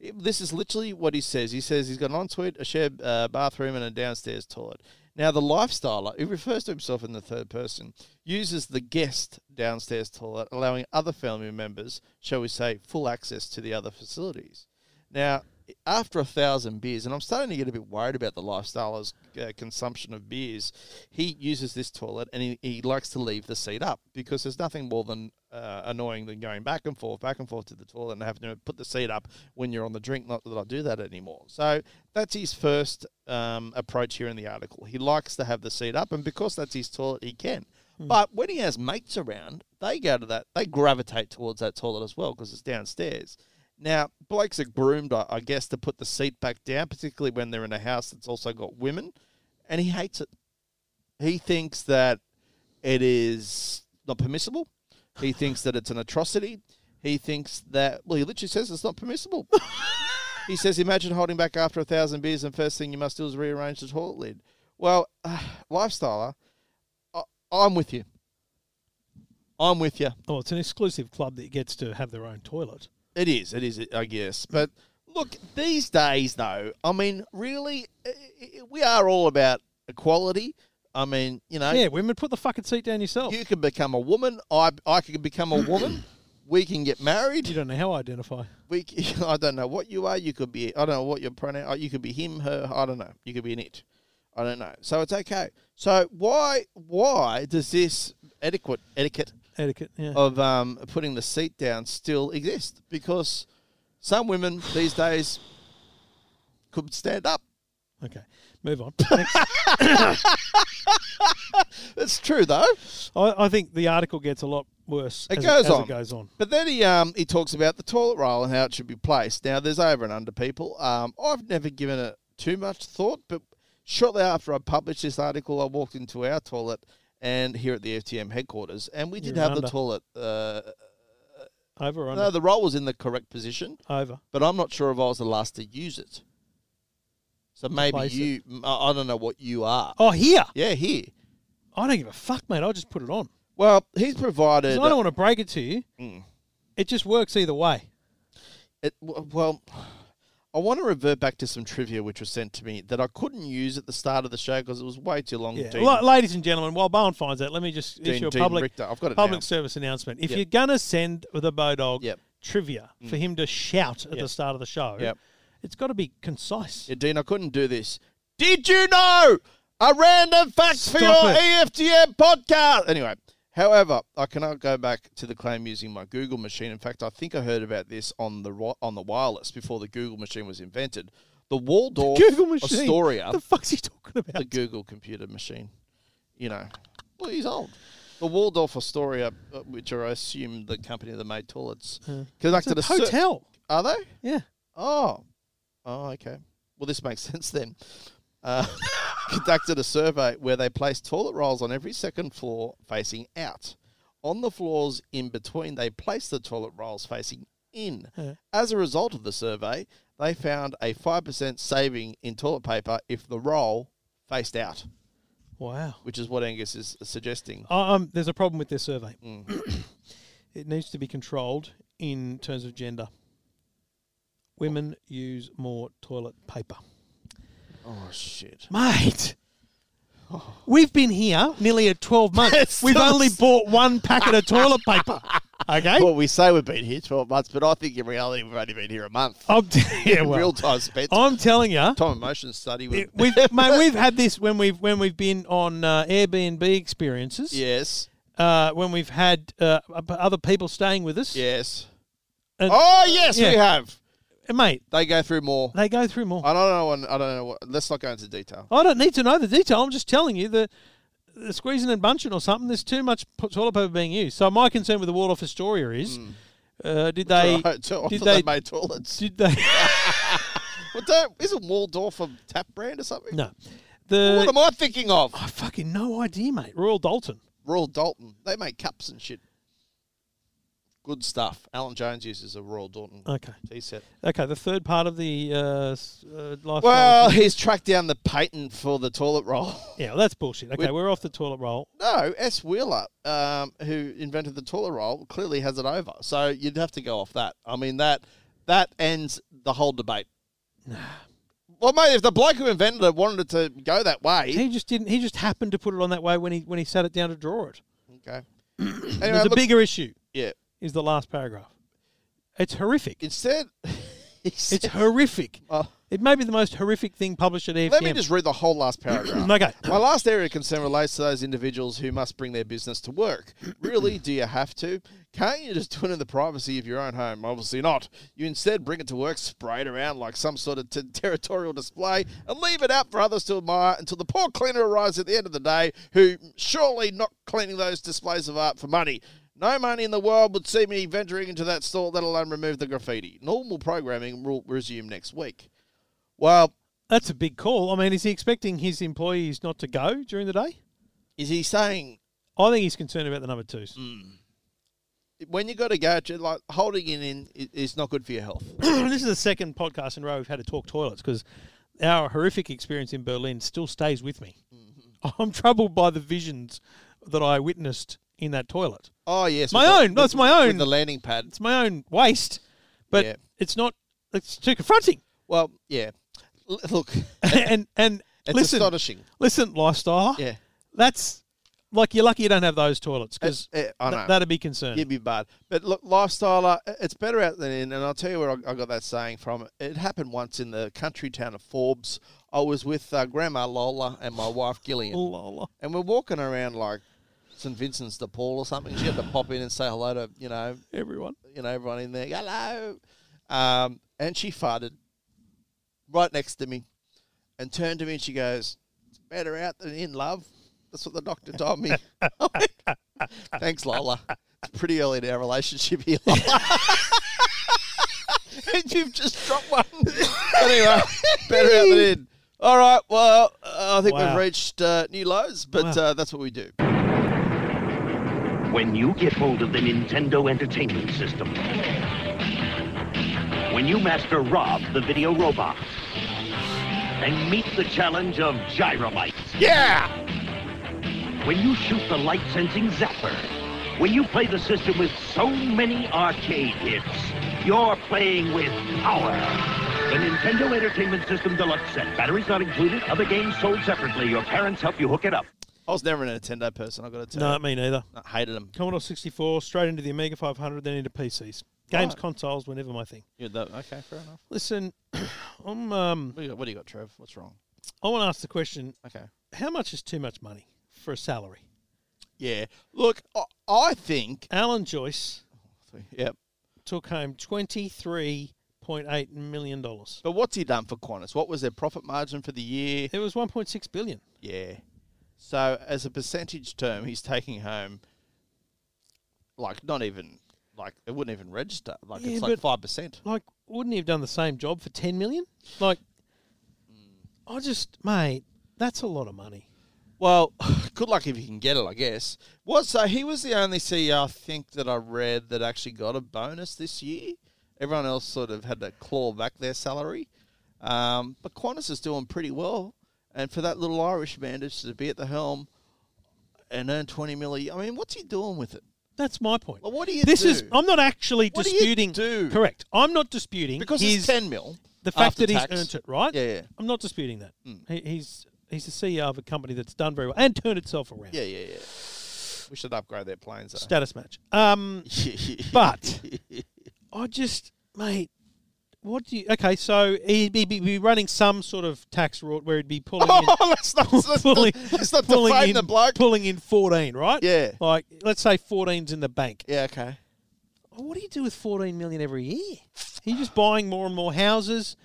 S2: It- This is literally what he says. He says he's got an ensuite, a shared uh, bathroom, and a downstairs toilet. Now, the lifestyler, who refers to himself in the third person, uses the guest downstairs toilet, allowing other family members, shall we say, full access to the other facilities. Now, after a thousand beers, and I'm starting to get a bit worried about the lifestyler's uh, consumption of beers, he uses this toilet and he, he likes to leave the seat up because there's nothing more than uh, annoying than going back and forth, back and forth to the toilet and having to put the seat up when you're on the drink. Not that I do that anymore. So that's his first um, approach here in the article. He likes to have the seat up, and because that's his toilet, he can. But when he has mates around, they go to that, they gravitate towards that toilet as well because it's downstairs. Now, blokes are groomed, I, I guess, to put the seat back down, particularly when they're in a house that's also got women, and he hates it. He thinks that it is not permissible. He thinks that it's an atrocity. He thinks that, well, he literally says it's not permissible. he says, imagine holding back after a thousand beers, and first thing you must do is rearrange the toilet lid. Well, lifestyler, I, I'm with you. I'm with you.
S3: Oh, it's an exclusive club that gets to have their own toilet.
S2: It is. It is. I guess. But look, these days, though, I mean, really, i- i- we are all about equality. I mean, you know,
S3: Yeah, women, put the fucking seat down yourself. You,
S2: you can become a woman. I I can become a woman. we can get married.
S3: don't know how I identify.
S2: We. c- I don't know what you are. You could be. I don't know what your pronoun. uh, You could be him, her. I don't know. You could be an it. I don't know. So it's okay. So why why does this etiquette etiquette
S3: Etiquette, yeah.
S2: of um, putting the seat down still exist because some women these days could stand up.
S3: Okay, move on. Next.
S2: It's true though.
S3: I, I think the article gets a lot worse
S2: It
S3: as
S2: goes
S3: as
S2: on.
S3: It goes on.
S2: But then he um, he talks about the toilet roll and how it should be placed. Now there's over and under people. Um, I've never given it too much thought, but shortly after I published this article, I walked into our toilet and here at the FTM headquarters, and we did
S3: You're
S2: have the
S3: under.
S2: toilet. Uh,
S3: Over or under?
S2: no, the roll was in the correct position.
S3: Over.
S2: but I'm not sure if I was the last to use it. So maybe
S3: place it.
S2: you, m- I I don't know what you are.
S3: Oh, here.
S2: Yeah, here.
S3: I don't give a fuck, mate. I'll just put it on.
S2: Well, he's
S3: 'Cause
S2: provided.
S3: I don't want to break it to you.
S2: Mm.
S3: It just works either way.
S2: it, w- well, I want to revert back to some trivia which was sent to me that I couldn't use at the start of the show because it was way too long.
S3: Yeah.
S2: Mm, Dean.
S3: La- ladies and gentlemen, while Bowen finds that, let me just
S2: Dean-
S3: issue a
S2: Dean
S3: public
S2: Richter. I've got it
S3: public
S2: now.
S3: service announcement. If
S2: Yep.
S3: you're gonna send the Bodog
S2: Yep.
S3: trivia for him to shout at the
S2: Yep.
S3: start of the show,
S2: Yep.
S3: it's got to be concise.
S2: Yeah, Dean, I couldn't do this. Did you know a random fact for
S3: Stop
S2: your E
S3: it.
S2: EFTM podcast? Anyway, however, I cannot go back to the claim using my Google machine. In fact, I think I heard about this on the wi- on the wireless before the Google machine was invented. The Waldorf
S3: Google machine.
S2: Astoria,
S3: The fuck's he talking
S2: um, the
S3: about?
S2: Google computer machine. You know, well, he's old. The Waldorf Astoria, uh, which are, I assume the company that made toilets,
S3: It's
S2: conducted
S3: a
S2: a sur-
S3: hotel.
S2: Are they?
S3: yeah.
S2: Oh. Oh, okay. Well, this makes sense then. Uh, conducted a survey where they placed toilet rolls on every second floor facing out. On the floors in between, they placed the toilet rolls facing in. As a result of the survey, they found a 5% saving in toilet paper if the roll faced out,
S3: Wow.
S2: which is what Angus is suggesting.
S3: I- um, there's a problem with this survey.
S2: Mm.
S3: it needs to be controlled in terms of gender. Women use more toilet paper.
S2: Oh, shit.
S3: Mate. We've been here nearly at 12 months.
S2: It's
S3: We've
S2: still
S3: only
S2: s-
S3: bought one packet of toilet paper. Okay?
S2: Well, we say we've been here 12 months, but I think in reality we've only been here a month.
S3: I'm, t- yeah, well,
S2: Real time spent.
S3: I'm telling you,
S2: Time and motion study. With,
S3: we've, mate, we've had this when we've when we've been on uh, Airbnb experiences.
S2: yes,
S3: Uh, when we've had uh, other people staying with us.
S2: yes.
S3: And-
S2: oh yes,
S3: yeah.
S2: we have.
S3: Mate,
S2: They go through more.
S3: they go through more.
S2: I don't know. and I don't know. What, let's not go into detail.
S3: I don't need to know the detail. I'm just telling you that the squeezing and bunching or something. There's too much p- toilet paper being used. So my concern with the Waldorf Astoria is, uh, did they?
S2: Mm. Right, so I
S3: did
S2: thought
S3: they?
S2: they, made toilets.
S3: Did they?
S2: well, don't, isn't Waldorf a tap brand or something?
S3: no.
S2: What
S3: The
S2: am I thinking of?
S3: I fucking no idea, mate. Royal Dalton.
S2: Royal Dalton. They make cups and shit. Good stuff. Alan Jones uses a Royal Dalton
S3: Okay.
S2: tea set.
S3: Okay. The third part of the uh, s- uh, life.
S2: Well, he's tracked down the patent for the toilet roll.
S3: yeah, well, that's bullshit. Okay,
S2: we-
S3: we're off the toilet roll.
S2: No, S. Wheeler, um, who invented the toilet roll, clearly has it over. So you'd have to go off that. I mean that that ends the whole debate. Well, mate, if the bloke who invented it wanted it to go that way,
S3: He just didn't. He just happened to put it on that way when he when he sat it down to draw it.
S2: okay. Anyway,
S3: There's a
S2: look-
S3: bigger issue.
S2: yeah.
S3: Is the last paragraph. It's horrific.
S2: Instead,
S3: It's horrific.
S2: Well-
S3: it may be the most horrific thing published at EFTM.
S2: let me just read the whole last paragraph.
S3: okay.
S2: My last area of concern relates to those individuals who must bring their business to work. Really, do you have to? Can't you just do it in the privacy of your own home? Obviously not. You instead bring it to work, spray it around like some sort of t- territorial display, and leave it out for others to admire until the poor cleaner arrives at the end of the day, who surely not cleaning those displays of art for money. No money in the world would see me venturing into that store, let alone remove the graffiti. Normal programming will resume next week. Well,
S3: That's a big call. I mean, is he expecting his employees not to go during the day?
S2: is he saying
S3: I think he's concerned about the number twos.
S2: when you got a gadget, like holding it in i- is not good for your health.
S3: this is the second podcast in a row we've had to talk toilets because our horrific experience
S2: Mm-hmm.
S3: in Berlin still stays with me. I'm troubled by the visions that I witnessed in that toilet.
S2: Oh yes,
S3: My
S2: with the-
S3: own, that's
S2: with-
S3: my own.
S2: With the landing pad.
S3: It's my own waste, but
S2: Yeah.
S3: it's not. It's too confronting.
S2: Well, yeah. L- look,
S3: and and
S2: it's
S3: listen,
S2: astonishing.
S3: listen, lifestyle.
S2: Yeah.
S3: that's like you're lucky you don't have those toilets because
S2: Uh, uh, I know.
S3: that'd be concerning.
S2: You'd be bad. But look, lifestyler, i- it's better out than in. And I'll tell you where I, I got that saying from. It happened once in the country town of Forbes. I was with uh, Grandma Lola and my wife Gillian.
S3: Lola.
S2: And we're walking around like St. Vincent's de Paul or something. She had to pop in and say hello to, you know,
S3: Everyone.
S2: you know, everyone in there. Hello. Um, and she farted right next to me and turned to me and she goes, It's better out than in, love. That's what the doctor told me. Thanks, Lola. It's pretty early in our relationship here, Lola. and you've just dropped one. anyway, better out than in. All right, well, uh, I think
S3: Wow.
S2: we've reached uh, new lows, but
S3: Wow.
S2: uh, that's what we do.
S10: When you get hold of the Nintendo Entertainment System, when you master Rob the video robot, and meet the challenge of Gyromite. Yeah! When you shoot the light sensing zapper, when you play the system with so many arcade hits, you're playing with power. The Nintendo Entertainment System Deluxe Set. Batteries not included, other games sold separately. Your parents help you hook it up.
S2: I was never a Nintendo person, I've got to tell
S3: No,
S2: you.
S3: me neither.
S2: I hated them.
S3: Commodore 64, straight into the Amiga 500, then into PCs. Games
S2: Right.
S3: consoles were never my thing.
S2: okay, fair enough.
S3: Listen, I'm, um,
S2: What do, you got, what do you got, Trev? What's wrong?
S3: I want to ask the question:
S2: Okay.
S3: How much is too much money for a salary?
S2: Yeah. Look, I, I think.
S3: Alan Joyce
S2: Yep.
S3: took home twenty three point eight million dollars.
S2: But what's he done for Qantas? What was their profit margin for the year?
S3: It was one point six billion.
S2: Yeah. So as a percentage term, he's taking home like not even like it wouldn't even register. Like
S3: Yeah,
S2: it's like
S3: but-
S2: five percent.
S3: Like, wouldn't he have done the same job for ten million? Like, I just, mate, that's a lot of money.
S2: Well, good luck if you can get it, I guess. What so he was the only CEO I think that I read that actually got a bonus this year. Everyone else sort of had to claw back their salary. Um, but Qantas is doing pretty well. And for that little Irish man just to be at the helm and earn twenty million, I mean, what's he doing with it?
S3: That's my point.
S2: Well, what do you
S3: This
S2: do?
S3: is. I'm not actually
S2: What do you
S3: disputing.
S2: do?
S3: Correct. I'm not disputing
S2: Because
S3: his,
S2: it's ten mil.
S3: the fact
S2: after
S3: that he's
S2: tax.
S3: earned it, right?
S2: Yeah, Mm. yeah.
S3: I'm not disputing that. He, he's he's the CEO of a company that's done very well and turned itself around.
S2: Yeah, yeah, yeah. We should upgrade their planes. Though.
S3: Status match. Um, but I just, mate, what do you? Okay, so he'd be, be- be running some sort of tax rort where he'd be pulling in.
S2: oh, let's not, let's not,
S3: Pulling,
S2: let's not
S3: pulling
S2: defame
S3: in,
S2: the bloke.
S3: pulling in fourteen, right?
S2: Yeah.
S3: Like, let's say 14's in the bank. Oh,
S2: yeah, okay.
S3: What do you do with fourteen million every year? He's just buying more and more houses.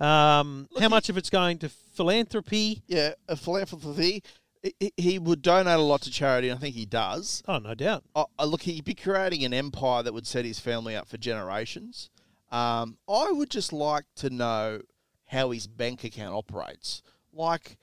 S3: Um, how much of it's going to philanthropy?
S2: yeah, a philanthropy. He- he- He would donate a lot to charity, and I think he does.
S3: Oh, no doubt.
S2: I, I look, he'd be creating an empire that would set his family up for generations. Um, I would just like to know how his bank account operates. Like,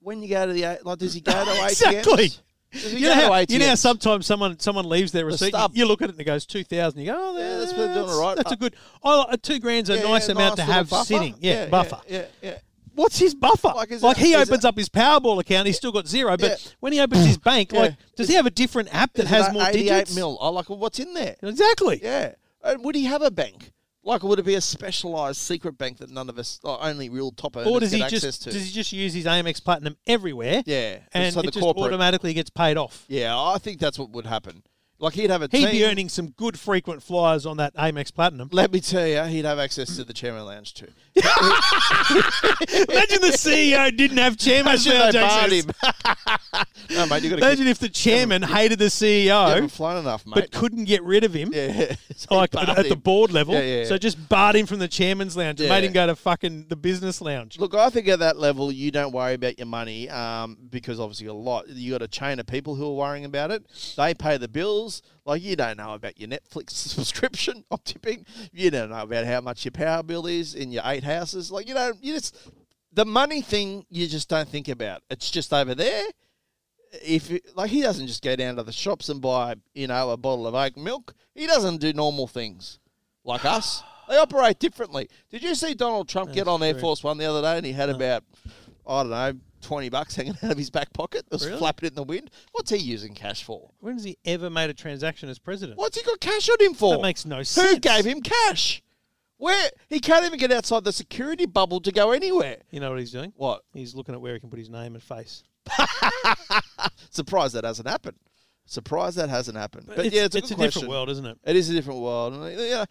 S2: when you go to the A- like, does he go to ATMs?
S3: Exactly.
S2: Does he
S3: You
S2: go
S3: know,
S2: to
S3: how,
S2: ATMs?
S3: you know how sometimes someone someone leaves their receipt.
S2: stub.
S3: you look at it and it goes two thousand. You go, oh,
S2: Yeah, that's
S3: that's
S2: been doing all right.
S3: That's
S2: Uh,
S3: a good. Oh, uh, two grand's a
S2: Yeah, yeah,
S3: nice amount to
S2: little
S3: have
S2: buffer.
S3: sitting. Yeah, buffer.
S2: Yeah, yeah, yeah.
S3: What's his buffer?
S2: Like,
S3: Like,
S2: is it-
S3: he
S2: is
S3: opens
S2: it-
S3: up his Powerball account, he's still got zero. But
S2: Yeah.
S3: when he opens his bank, like,
S2: Yeah.
S3: does he have a different app that
S2: Is
S3: has
S2: it
S3: more
S2: 88
S3: digits?
S2: mil. I like, well, what's in there?
S3: Exactly.
S2: Yeah. And would he have a bank? Like, would it be a specialised secret bank that none of us, or only real top earners,
S3: Or does
S2: get
S3: he
S2: access
S3: just
S2: to?
S3: does he just use his AMX Platinum everywhere?
S2: Yeah,
S3: and
S2: so
S3: it
S2: the
S3: just
S2: corporate-
S3: automatically gets paid off.
S2: yeah, I think that's what would happen. Like, he'd have a
S3: He'd
S2: team.
S3: be earning some good frequent flyers on that AMX Platinum.
S2: Let me tell you, he'd have access to the chairman lounge too.
S3: Imagine the CEO didn't have chairman's
S2: Imagine they
S3: lounge
S2: barred
S3: access.
S2: him. no, mate, you've got to keep,
S3: Imagine if the chairman hated the
S2: you
S3: CEO
S2: haven't flown enough, mate.
S3: but couldn't get rid of him,
S2: yeah, So he
S3: like at,
S2: barred
S3: at the
S2: him.
S3: board level.
S2: Yeah, yeah, yeah.
S3: So just barred him from the chairman's lounge and
S2: Yeah.
S3: made him go to fucking the business lounge.
S2: Look, I think at that level, you don't worry about your money um, because obviously a lot you got a chain of people who are worrying about it. They pay the bills. Like you don't know about your Netflix subscription. I'm tipping. You don't know about how much your power bill is in your eight houses. Like you don't. You just the money thing. You just don't think about. It's just over there. If it- like he doesn't just go down to the shops and buy you know a bottle of oat milk. He doesn't do normal things like us. They operate differently. Did you see Donald Trump get on Air Force One the other day and he had about, I don't know, twenty bucks hanging out of his back pocket. That was
S3: Really?
S2: flapping in the wind. What's he using cash for?
S3: When has he ever made a transaction as president?
S2: What's he got cash on him for?
S3: That makes no
S2: Who
S3: sense.
S2: gave him cash? Where he can't even get outside the security bubble to go anywhere.
S3: You know what he's doing?
S2: What?
S3: He's looking at where he can put his name and face.
S2: Surprised that hasn't happened. Surprised that hasn't happened. But, yeah, it's a, good question.
S3: different world, isn't it?
S2: It is a different world. And, you know,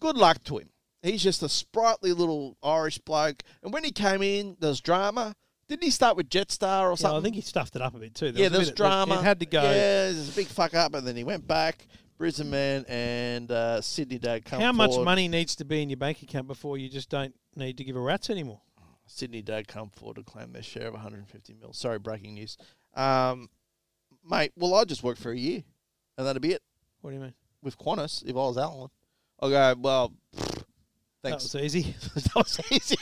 S2: good luck to him. He's just a sprightly little Irish bloke. And when he came in, there was drama. Didn't he start with Jetstar or
S3: Yeah,
S2: something?
S3: I think he stuffed it up a bit too.
S2: yeah, there
S3: a
S2: was
S3: bit that-
S2: drama.
S3: It had to go.
S2: Yeah, there's a big fuck up, and then he went back. Brisbane man and uh, Sydney Dad come
S3: How much
S2: forward.
S3: money needs to be in your bank account before you just don't need to give a rat's anymore?
S2: Sydney Dad come forward to claim their share of 150 mil. Sorry, breaking news. Um, mate, well, I just work for a year, and that'd be it.
S3: What do you mean?
S2: with Qantas if I was Alan. I go, well, pfft, thanks.
S3: That was easy.
S2: That was easy.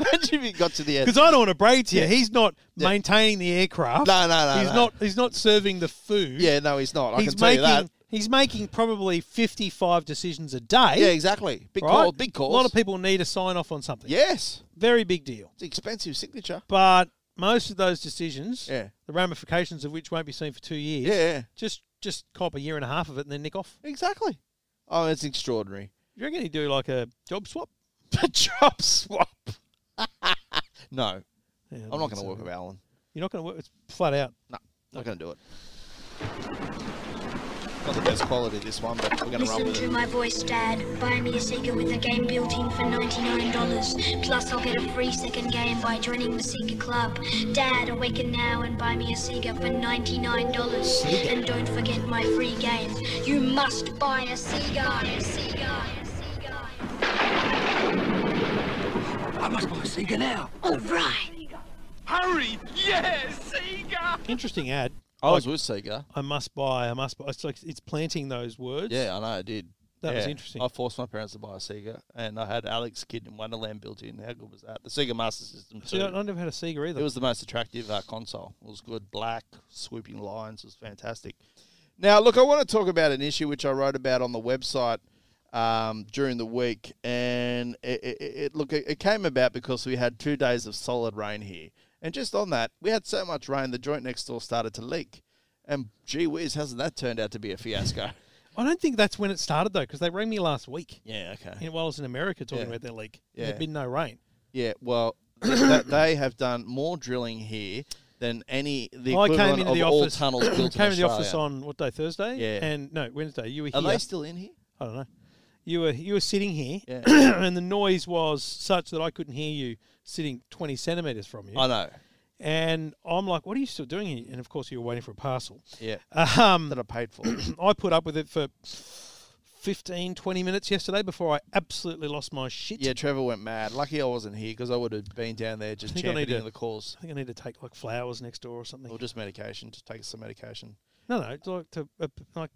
S2: Imagine if you got to the end.
S3: Because I don't want to braid to you. He's not
S2: Yeah.
S3: maintaining the aircraft.
S2: No, no, no,
S3: He's
S2: no.
S3: not. He's not serving the food.
S2: Yeah, no, he's not. I
S3: he's
S2: can tell
S3: making.
S2: you that.
S3: He's making probably fifty-five decisions a day.
S2: Yeah, exactly. Big
S3: right?
S2: call, big call.
S3: A lot of people need a sign off on something.
S2: Yes,
S3: Very big deal.
S2: it's an expensive signature.
S3: But most of those decisions,
S2: Yeah.
S3: the ramifications of which won't be seen for two years.
S2: Yeah, yeah.
S3: Just just cop a year and a half of it and then nick off.
S2: Exactly. Oh, it's extraordinary.
S3: Do you reckon he'd do like a job swap?
S2: The job swap. no,
S3: Yeah,
S2: I'm not going to work with Alan.
S3: You're not going to work. It's flat out.
S2: No, not going to do it. Not the best quality this one, but we're going to run
S7: Listen
S2: with
S7: to
S2: it.
S7: my voice, Dad. Buy me a Sega with a game built in for $99. Plus, I'll get a free second game by joining the Sega Club. Dad, awaken now and buy me a Sega for $99. And don't forget my free game. You must buy a Sega. A Sega. A Sega.
S9: I must buy a Sega now.
S7: All right.
S3: Interesting ad.
S2: I was Oh, with Sega.
S3: I must buy. I must buy. It's like it's planting those words.
S2: Yeah, I know I did.
S3: That was
S2: Yeah.
S3: interesting.
S2: I forced my parents to buy a Sega, and I had Alex Kidd in Wonderland built in. How good was that? The Sega Master System
S3: See, I, I
S2: too.
S3: never had a Sega either.
S2: It was the most attractive uh, console. It was good, black, swooping lines. It was fantastic. Now, look, I want to talk about an issue which I wrote about on the website um, during the week, and it, it, it look it, it came about because we had two days of solid rain here, and just on that, we had so much rain the joint next door started to leak, and gee whiz, hasn't that turned out to be a fiasco?
S3: I don't think that's when it started though, because they rang me last week.
S2: yeah, okay.
S3: You know, while I was in America talking
S2: Yeah.
S3: about their leak,
S2: Yeah.
S3: there'd been no rain.
S2: Yeah, well, th- th- they have done more drilling here than any the
S3: I
S2: equivalent
S3: came into
S2: of
S3: the
S2: all
S3: office.
S2: tunnels built
S3: came
S2: in
S3: into the office
S2: Australia.
S3: on what day? Thursday.
S2: Yeah.
S3: And no, Wednesday. You were
S2: Are
S3: here.
S2: they still in here?
S3: I don't know. You were you were sitting here,
S2: Yeah.
S3: and the noise was such that I couldn't hear you sitting twenty centimeters from you.
S2: I know.
S3: And I'm like, "What are you still doing here?" And of course, you were waiting for a parcel.
S2: Yeah,
S3: Um,
S2: that I paid for.
S3: I put up with it for 15, 20 minutes yesterday before I absolutely lost my shit.
S2: yeah, Trevor went mad. Lucky I wasn't here because I would have been down there just
S3: think I need
S2: championing
S3: to-
S2: the cause.
S3: I think I need to take like flowers next door or something.
S2: Or just medication. Just take some medication.
S3: No, no, it's like to uh, like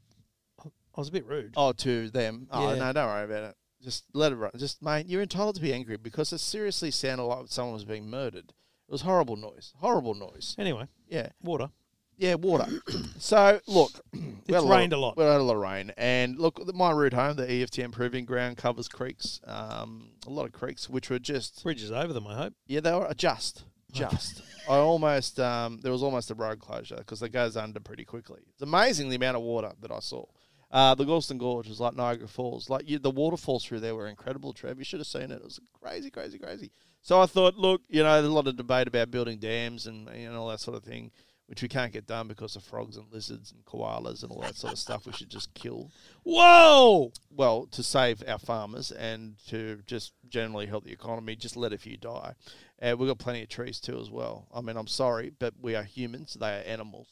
S3: I was a bit rude.
S2: Oh, to them. Oh
S3: Yeah.
S2: no, don't worry about it. Just let it run. Just mate, you're entitled to be angry because it seriously sounded like someone was being murdered. It was horrible noise. Horrible noise.
S3: Anyway,
S2: Yeah.
S3: water.
S2: Yeah, water. so look, it's
S3: rained a lot.
S2: We had a lot of rain, and look, the- my route home, the E EFTM Proving Ground covers creeks, um, a lot of creeks, which were just
S3: Bridge is over them. I hope.
S2: yeah, they were just just. I almost um, there was almost a road closure because it goes under pretty quickly. It's amazing the amount of water that I saw. Uh, the Galston Gorge was like Niagara Falls. Like you, the waterfalls through there were incredible, Trev. You should have seen it. It was crazy, crazy, crazy. So I thought, look, you know, there's a lot of debate about building dams and you know all that sort of thing, which we can't get done because of frogs and lizards and koalas and all that sort of stuff. We should just kill
S3: Whoa!
S2: well, to save our farmers and to just generally help the economy, just let a few die. Uh, we've got plenty of trees too as well. I mean, I'm sorry, but we are humans; they are animals.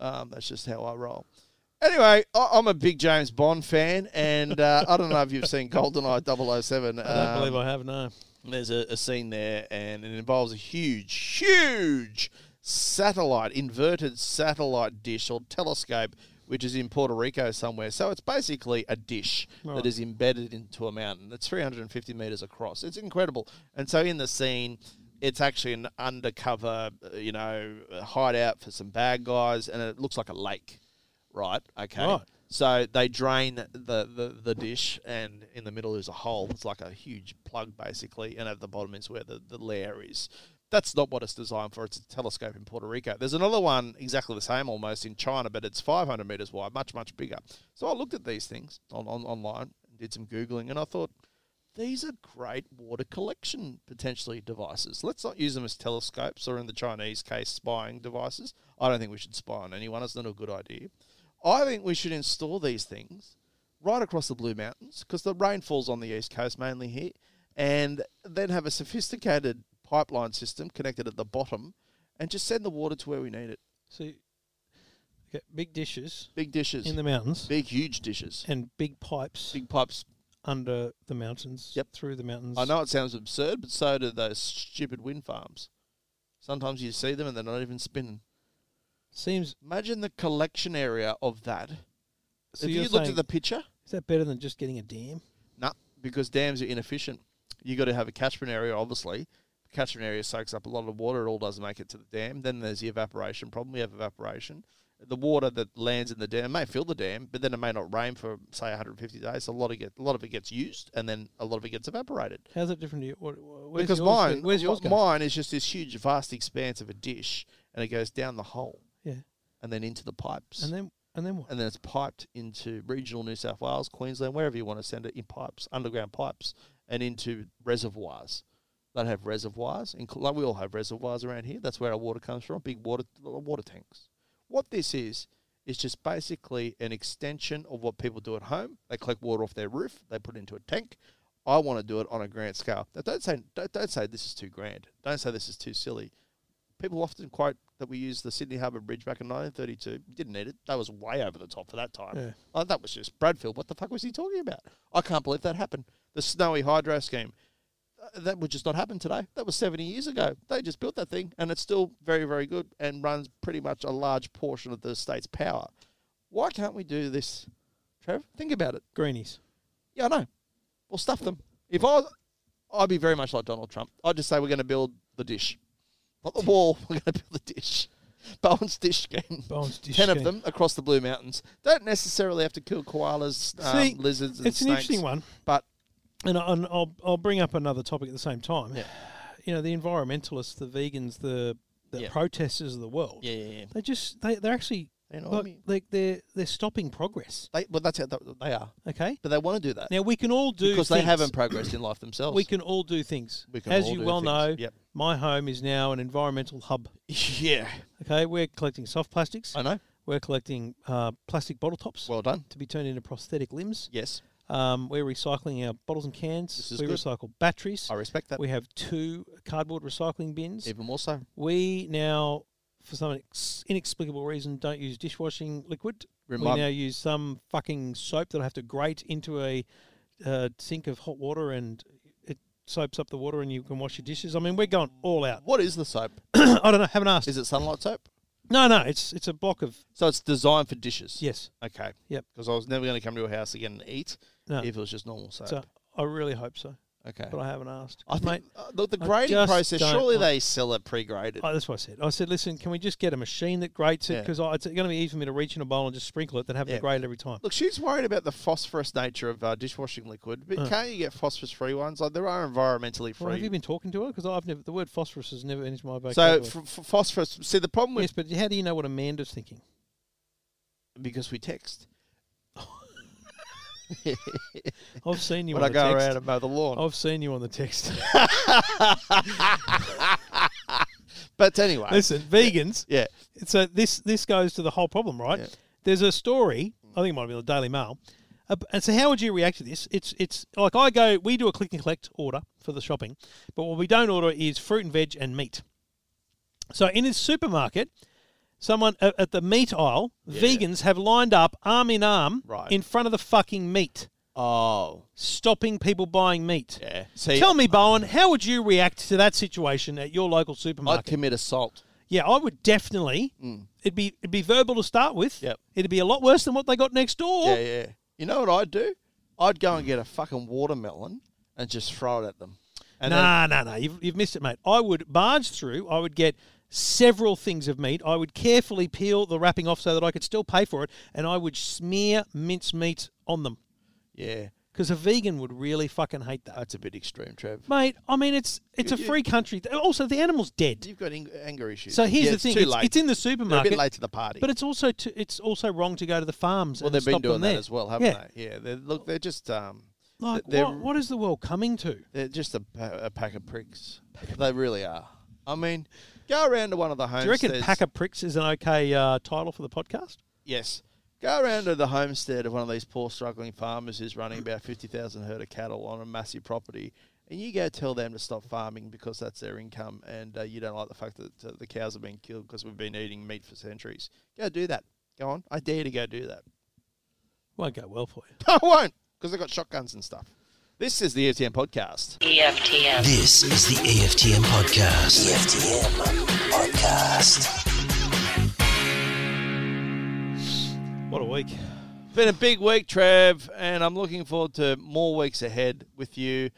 S2: Um, that's just how I roll. Anyway, I- I'm a big James Bond fan, and uh, I don't know if you've seen GoldenEye 007.
S3: I don't
S2: um,
S3: believe I have no.
S2: there's a, a scene there, and it involves a huge, huge satellite, inverted satellite dish or telescope, which is in Puerto Rico somewhere. So it's basically a dish that is embedded into a mountain. It's 350 meters across. It's incredible. And so in the scene, it's actually an undercover, uh, you know, hideout for some bad guys, and it looks like a lake right? Okay.
S3: Right.
S2: So they drain the, the, the dish, and in the middle is a hole. It's like a huge plug, basically, and at the bottom is where the, the lair is. that's not what it's designed for. It's a telescope in Puerto Rico. There's another one exactly the same almost in China, but it's 500 meters wide, much, much bigger. So I looked at these things on, on online and did some Googling, and I thought, these are great water collection potentially devices. Let's not use them as telescopes or, in the Chinese case, spying devices. I don't think we should spy on anyone. It's not a good idea. I think we should install these things right across the Blue Mountains because the rain falls on the east coast mainly here, and then have a sophisticated pipeline system connected at the bottom, and just send the water to where we need it.
S3: So, okay, big dishes
S2: Big dishes
S3: in the mountains
S2: big huge dishes,
S3: and big pipes
S2: big pipes.
S3: under the mountains.
S2: Yep.
S3: through the mountains.
S2: I know it sounds absurd, but so do those stupid wind farms. Sometimes you see them and they're not even spinning.
S3: Seems
S2: Imagine the collection area of that.
S3: So
S2: if you
S3: you're
S2: looked
S3: saying-
S2: at the picture,
S3: is that better than just getting a dam?
S2: No, because dams are inefficient. You got to have a catchment area, obviously. The catchment area soaks up a lot of water. It all doesn't make it to the dam. Then there's the evaporation problem. We have evaporation. The water that lands in the dam may fill the dam, but then it may not rain for say 150 days. A lot of get a lot of it gets used, and then a lot of it gets evaporated.
S3: How's that different to you? What, wh- where's
S2: Because
S3: yours go-
S2: mine,
S3: Where's yours?
S2: mi-
S3: go?
S2: mine is just this huge, vast expanse of a dish, and it goes down the hole
S3: Yeah.
S2: and then into the pipes,
S3: And then and then what?
S2: and then it's piped into regional New South Wales, Queensland, wherever you want to send it in pipes, underground pipes, and into reservoirs. They have reservoirs, in, like we all have reservoirs around here. That's where our water comes from, big water water tanks. What this is is just basically an extension of what people do at home. They collect water off their roof, they put it into a tank. I want to do it on a grand scale. Now, don't say don't, don't say this is too grand. Don't say this is too silly people often quote that we used the Sydney Harbour Bridge back in 1932. Didn't need it. That was way over the top for that time.
S3: Yeah.
S2: Like, that was just Bradfield. What the fuck was he talking about? I can't believe that happened. The Snowy Hydro Scheme. Th- That would just not happen today. That was 70 years ago. They just built that thing and it's still very, very good and runs pretty much a large portion of the state's power. Why can't we do this, Trev? Think about it.
S3: Greenies.
S2: Yeah, I know. Well, stuff them. If I was, I'd be very much like Donald Trump. I'd just say we're going to build the dish, not the wall. We're going to build the dish. Bowen's dish game.
S3: Bowen's dish
S2: Ten of
S3: game.
S2: them across the Blue Mountains. Don't necessarily have to kill koalas, um,
S3: See,
S2: lizards, and
S3: it's an
S2: snakes,
S3: interesting one.
S2: But
S3: And, I, and I'll I'll bring up another topic at the same time.
S2: Yeah.
S3: You know the environmentalists, the vegans, the the
S2: Yeah.
S3: protesters of the world.
S2: yeah, yeah, yeah.
S3: They just they they're actually
S2: They know what I
S3: like,
S2: mean.
S3: like they're they're stopping progress.
S2: They, well, that's how th- they are.
S3: Okay.
S2: But they want to do that
S3: Now we can all do
S2: because they
S3: things.
S2: haven't progressed in life themselves.
S3: We can all do things.
S2: We can
S3: As
S2: all
S3: you
S2: do
S3: well
S2: things.
S3: know,
S2: Yep.
S3: my home is now an environmental hub.
S2: yeah,
S3: Okay, we're collecting soft plastics.
S2: I know.
S3: We're collecting uh, plastic bottle tops
S2: Well done.
S3: to be turned into prosthetic limbs.
S2: Yes,
S3: Um, we're recycling our bottles and cans.
S2: This is
S3: we
S2: good.
S3: recycle batteries.
S2: I respect that.
S3: We have two cardboard recycling bins.
S2: Even more so.
S3: We now, for some ex- inexplicable reason, don't use dishwashing liquid.
S2: Remind-
S3: we now use some fucking soap that I have to grate into a uh, sink of hot water and it soaps up the water and you can wash your dishes. I mean, we're going all out.
S2: What is the soap?
S3: I don't know. Haven't asked.
S2: Is it sunlight soap?
S3: No, no. It's it's a block of
S2: So it's designed for dishes.
S3: yes.
S2: Okay.
S3: Yep.
S2: Because I was never going to come to your house again and eat
S3: No.
S2: if it was just normal soap.
S3: So I really hope so,
S2: okay.
S3: but I haven't asked.
S2: I think
S3: Mate,
S2: uh, the, the
S3: I
S2: grading
S3: just
S2: process.
S3: don't
S2: Surely
S3: want-
S2: they sell it pre-graded.
S3: Oh, that's what I said. I said, listen, can we just get a machine that grates it?
S2: Yeah.
S3: Because it's going to be easy for me to reach in a bowl and just sprinkle it than have
S2: Yeah.
S3: to grate it every time.
S2: Look, she's worried about the phosphorus nature of uh, dishwashing liquid, but can't you get phosphorus-free ones? Like there are environmentally free.
S3: Well, have you been talking to her? Because I've never the word phosphorus has never entered my
S2: so
S3: vocabulary.
S2: f- f- phosphorus. See the problem with
S3: yes, but how do you know what Amanda's thinking?
S2: because we text
S3: I've seen you
S2: when I
S3: on
S2: go
S3: the
S2: around
S3: text. Oh.
S2: and mow the lawn.
S3: I've seen you on the text.
S2: But anyway,
S3: Listen, vegans.
S2: yeah,
S3: So this this goes to the whole problem, right?
S2: Yeah.
S3: There's a story. I think it might be the Daily Mail. Uh, and so, how would you react to this? It's it's like I go. We do a click and collect order for the shopping, but what we don't order is fruit and veg and meat. So in this supermarket, someone at, at the meat aisle, vegans have lined up arm in arm
S2: Right.
S3: in front of the fucking meat,
S2: oh
S3: stopping people buying meat.
S2: yeah. See,
S3: Tell me, Bowen, how would you react to that situation at your local
S2: I'd
S3: supermarket?
S2: commit assault.
S3: Yeah, I would definitely. It'd be it'd be verbal to start with.
S2: Mm. Yep.
S3: It'd be a lot worse than what they got next door.
S2: Yeah, yeah. You know what I'd do? I'd go and get a fucking watermelon and just throw it at them. And then-
S3: Nah, nah, nah. You've, you've missed it, mate. I would barge through. I would get several things of meat. I would carefully peel the wrapping off so that I could still pay for it, and I would smear mincemeat on them.
S2: yeah.
S3: Because a vegan would really fucking hate that.
S2: That's a bit extreme, Trev.
S3: Mate, I mean, it's it's
S2: You-
S3: a
S2: you-
S3: free country. Also, the animal's dead.
S2: You've got ang- anger issues.
S3: So here's
S2: Yeah,
S3: the
S2: it's
S3: thing:
S2: too
S3: it's,
S2: late.
S3: it's in the
S2: They're
S3: supermarket.
S2: a bit late to the party.
S3: but it's also to, it's also wrong to go to the farms.
S2: well,
S3: and
S2: they've been
S3: stop them
S2: doing that
S3: there.
S2: as well, haven't
S3: yeah.
S2: they? Yeah. They're, look, they're just um,
S3: Like,
S2: they're
S3: what, what is the world coming to?
S2: They're just a, pa- a pack of pricks. They really are. I mean, go around to one of the
S3: Do
S2: homesteads.
S3: you reckon "pack of pricks" is an okay uh, title for the podcast?
S2: Yes. Go around to the homestead of one of these poor struggling farmers who's running about 50,000 herd of cattle on a massive property, and you go tell them to stop farming because that's their income and uh, you don't like the fact that uh, the cows have been killed because we've been eating meat for centuries. Go do that. Go on. I dare you to go do that.
S3: Won't go well for you.
S2: I won't because they've got shotguns and stuff. This is the FTM podcast.
S4: EFTM.
S5: This is the EFTM podcast. EFTM podcast.
S3: What a week.
S2: Been a big week, Trev, and I'm looking forward to more weeks ahead with you.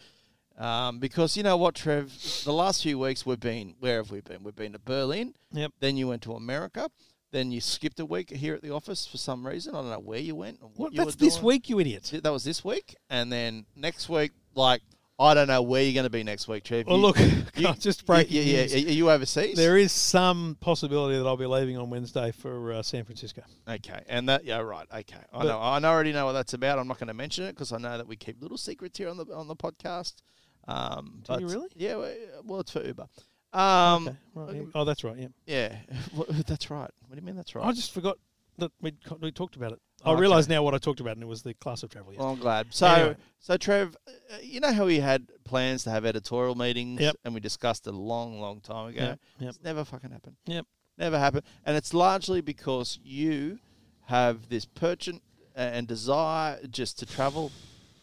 S2: Um, because you know what, Trev, the last few weeks we've been where have we been? We've been to Berlin.
S3: Yep.
S2: Then you went to America. Then you skipped a week here at the office for some reason. I don't know where you went. Or what
S3: What,
S2: you were
S3: that's this
S2: doing.
S3: week, you idiot.
S2: That was this week, and then next week, like I don't know where you're going to be next week, Trev.
S3: Oh,
S2: You-
S3: look,
S2: you-
S3: can't just break
S2: Yeah, yeah.
S3: news.
S2: Are you overseas?
S3: There is some possibility that I'll be leaving on Wednesday for uh, San Francisco.
S2: Okay, and that yeah, right. Okay, I
S3: But-
S2: know. I know- already know what that's about. I'm not going to mention it because I know that we keep little secrets here on the on the podcast. Um,
S3: Do you
S2: but-
S3: really?
S2: Yeah. we- Well, it's for Uber. Um,
S3: Okay, right, yeah. Oh, that's right. Yeah.
S2: yeah, Well, that's right. What do you mean that's right?
S3: I just forgot that we we talked about it.
S2: Oh,
S3: I
S2: okay.
S3: realise now what I talked about, and it was the class of travel. Yes.
S2: Well, I'm glad. So,
S3: Anyway.
S2: so Trev, uh, you know how we had plans to have editorial meetings,
S3: Yep.
S2: and we discussed it a long, long time ago.
S3: Yep, yep.
S2: It's never fucking happened.
S3: Yep.
S2: Never happened, and it's largely because you have this perchant and desire just to travel,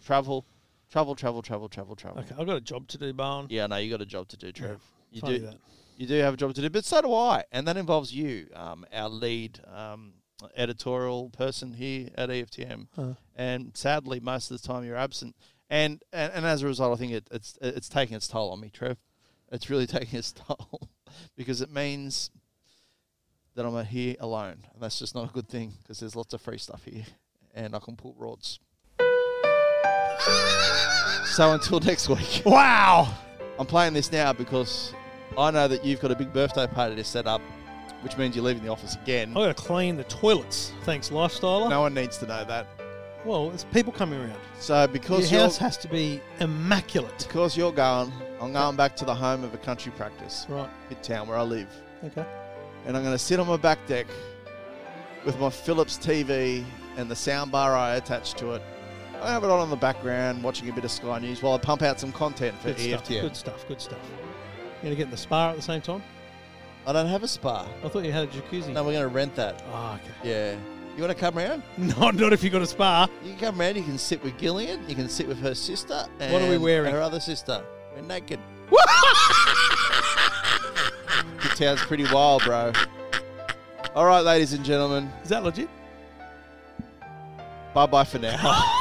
S2: travel, travel, travel, travel, travel, travel.
S3: Okay, I've got a job to do, Barn.
S2: Yeah, no, you got a job to do, Trev. you
S3: funny
S2: do.
S3: that.
S2: You do have a job to do, but so do I, and that involves you, um, our lead um, editorial person here at E EFTM.
S3: Huh.
S2: And sadly, most of the time you're absent, and and, and as a result, I think it, it's it's taking its toll on me, Trev. It's really taking its toll because it means that I'm here alone, and that's just not a good thing because there's lots of free stuff here, and I can pull rods. So until next week.
S3: Wow.
S2: I'm playing this now because I know that you've got a big birthday party to set up, which means you're leaving the office again.
S3: I've got to clean the toilets. Thanks, Lifestyler.
S2: No one needs to know that.
S3: Well, it's people coming around.
S2: So because
S3: Your
S2: you're,
S3: house has to be immaculate.
S2: because you're going, I'm going back to the home of a country practice,
S3: Right.
S2: Pit Town, where I live,
S3: Okay.
S2: and I'm going to sit on my back deck with my Philips TV and the soundbar I attached to it. I have it on in the background, watching a bit of Sky News while I pump out some content for E
S3: Good stuff.
S2: EFTM.
S3: Good stuff. Good stuff. You're gonna get in the spa at the same time.
S2: I don't have a spa.
S3: I thought you had a jacuzzi.
S2: No, we're going to rent that.
S3: Oh, okay.
S2: Yeah. You want to come around?
S3: No, not if you got a spa.
S2: You can come round, you can sit with Gillian, you can sit with her sister. And
S3: What are we wearing?
S2: Her other sister. We're naked. Your town's pretty wild, bro. All right, ladies and gentlemen,
S3: Is that legit?
S2: bye bye for now.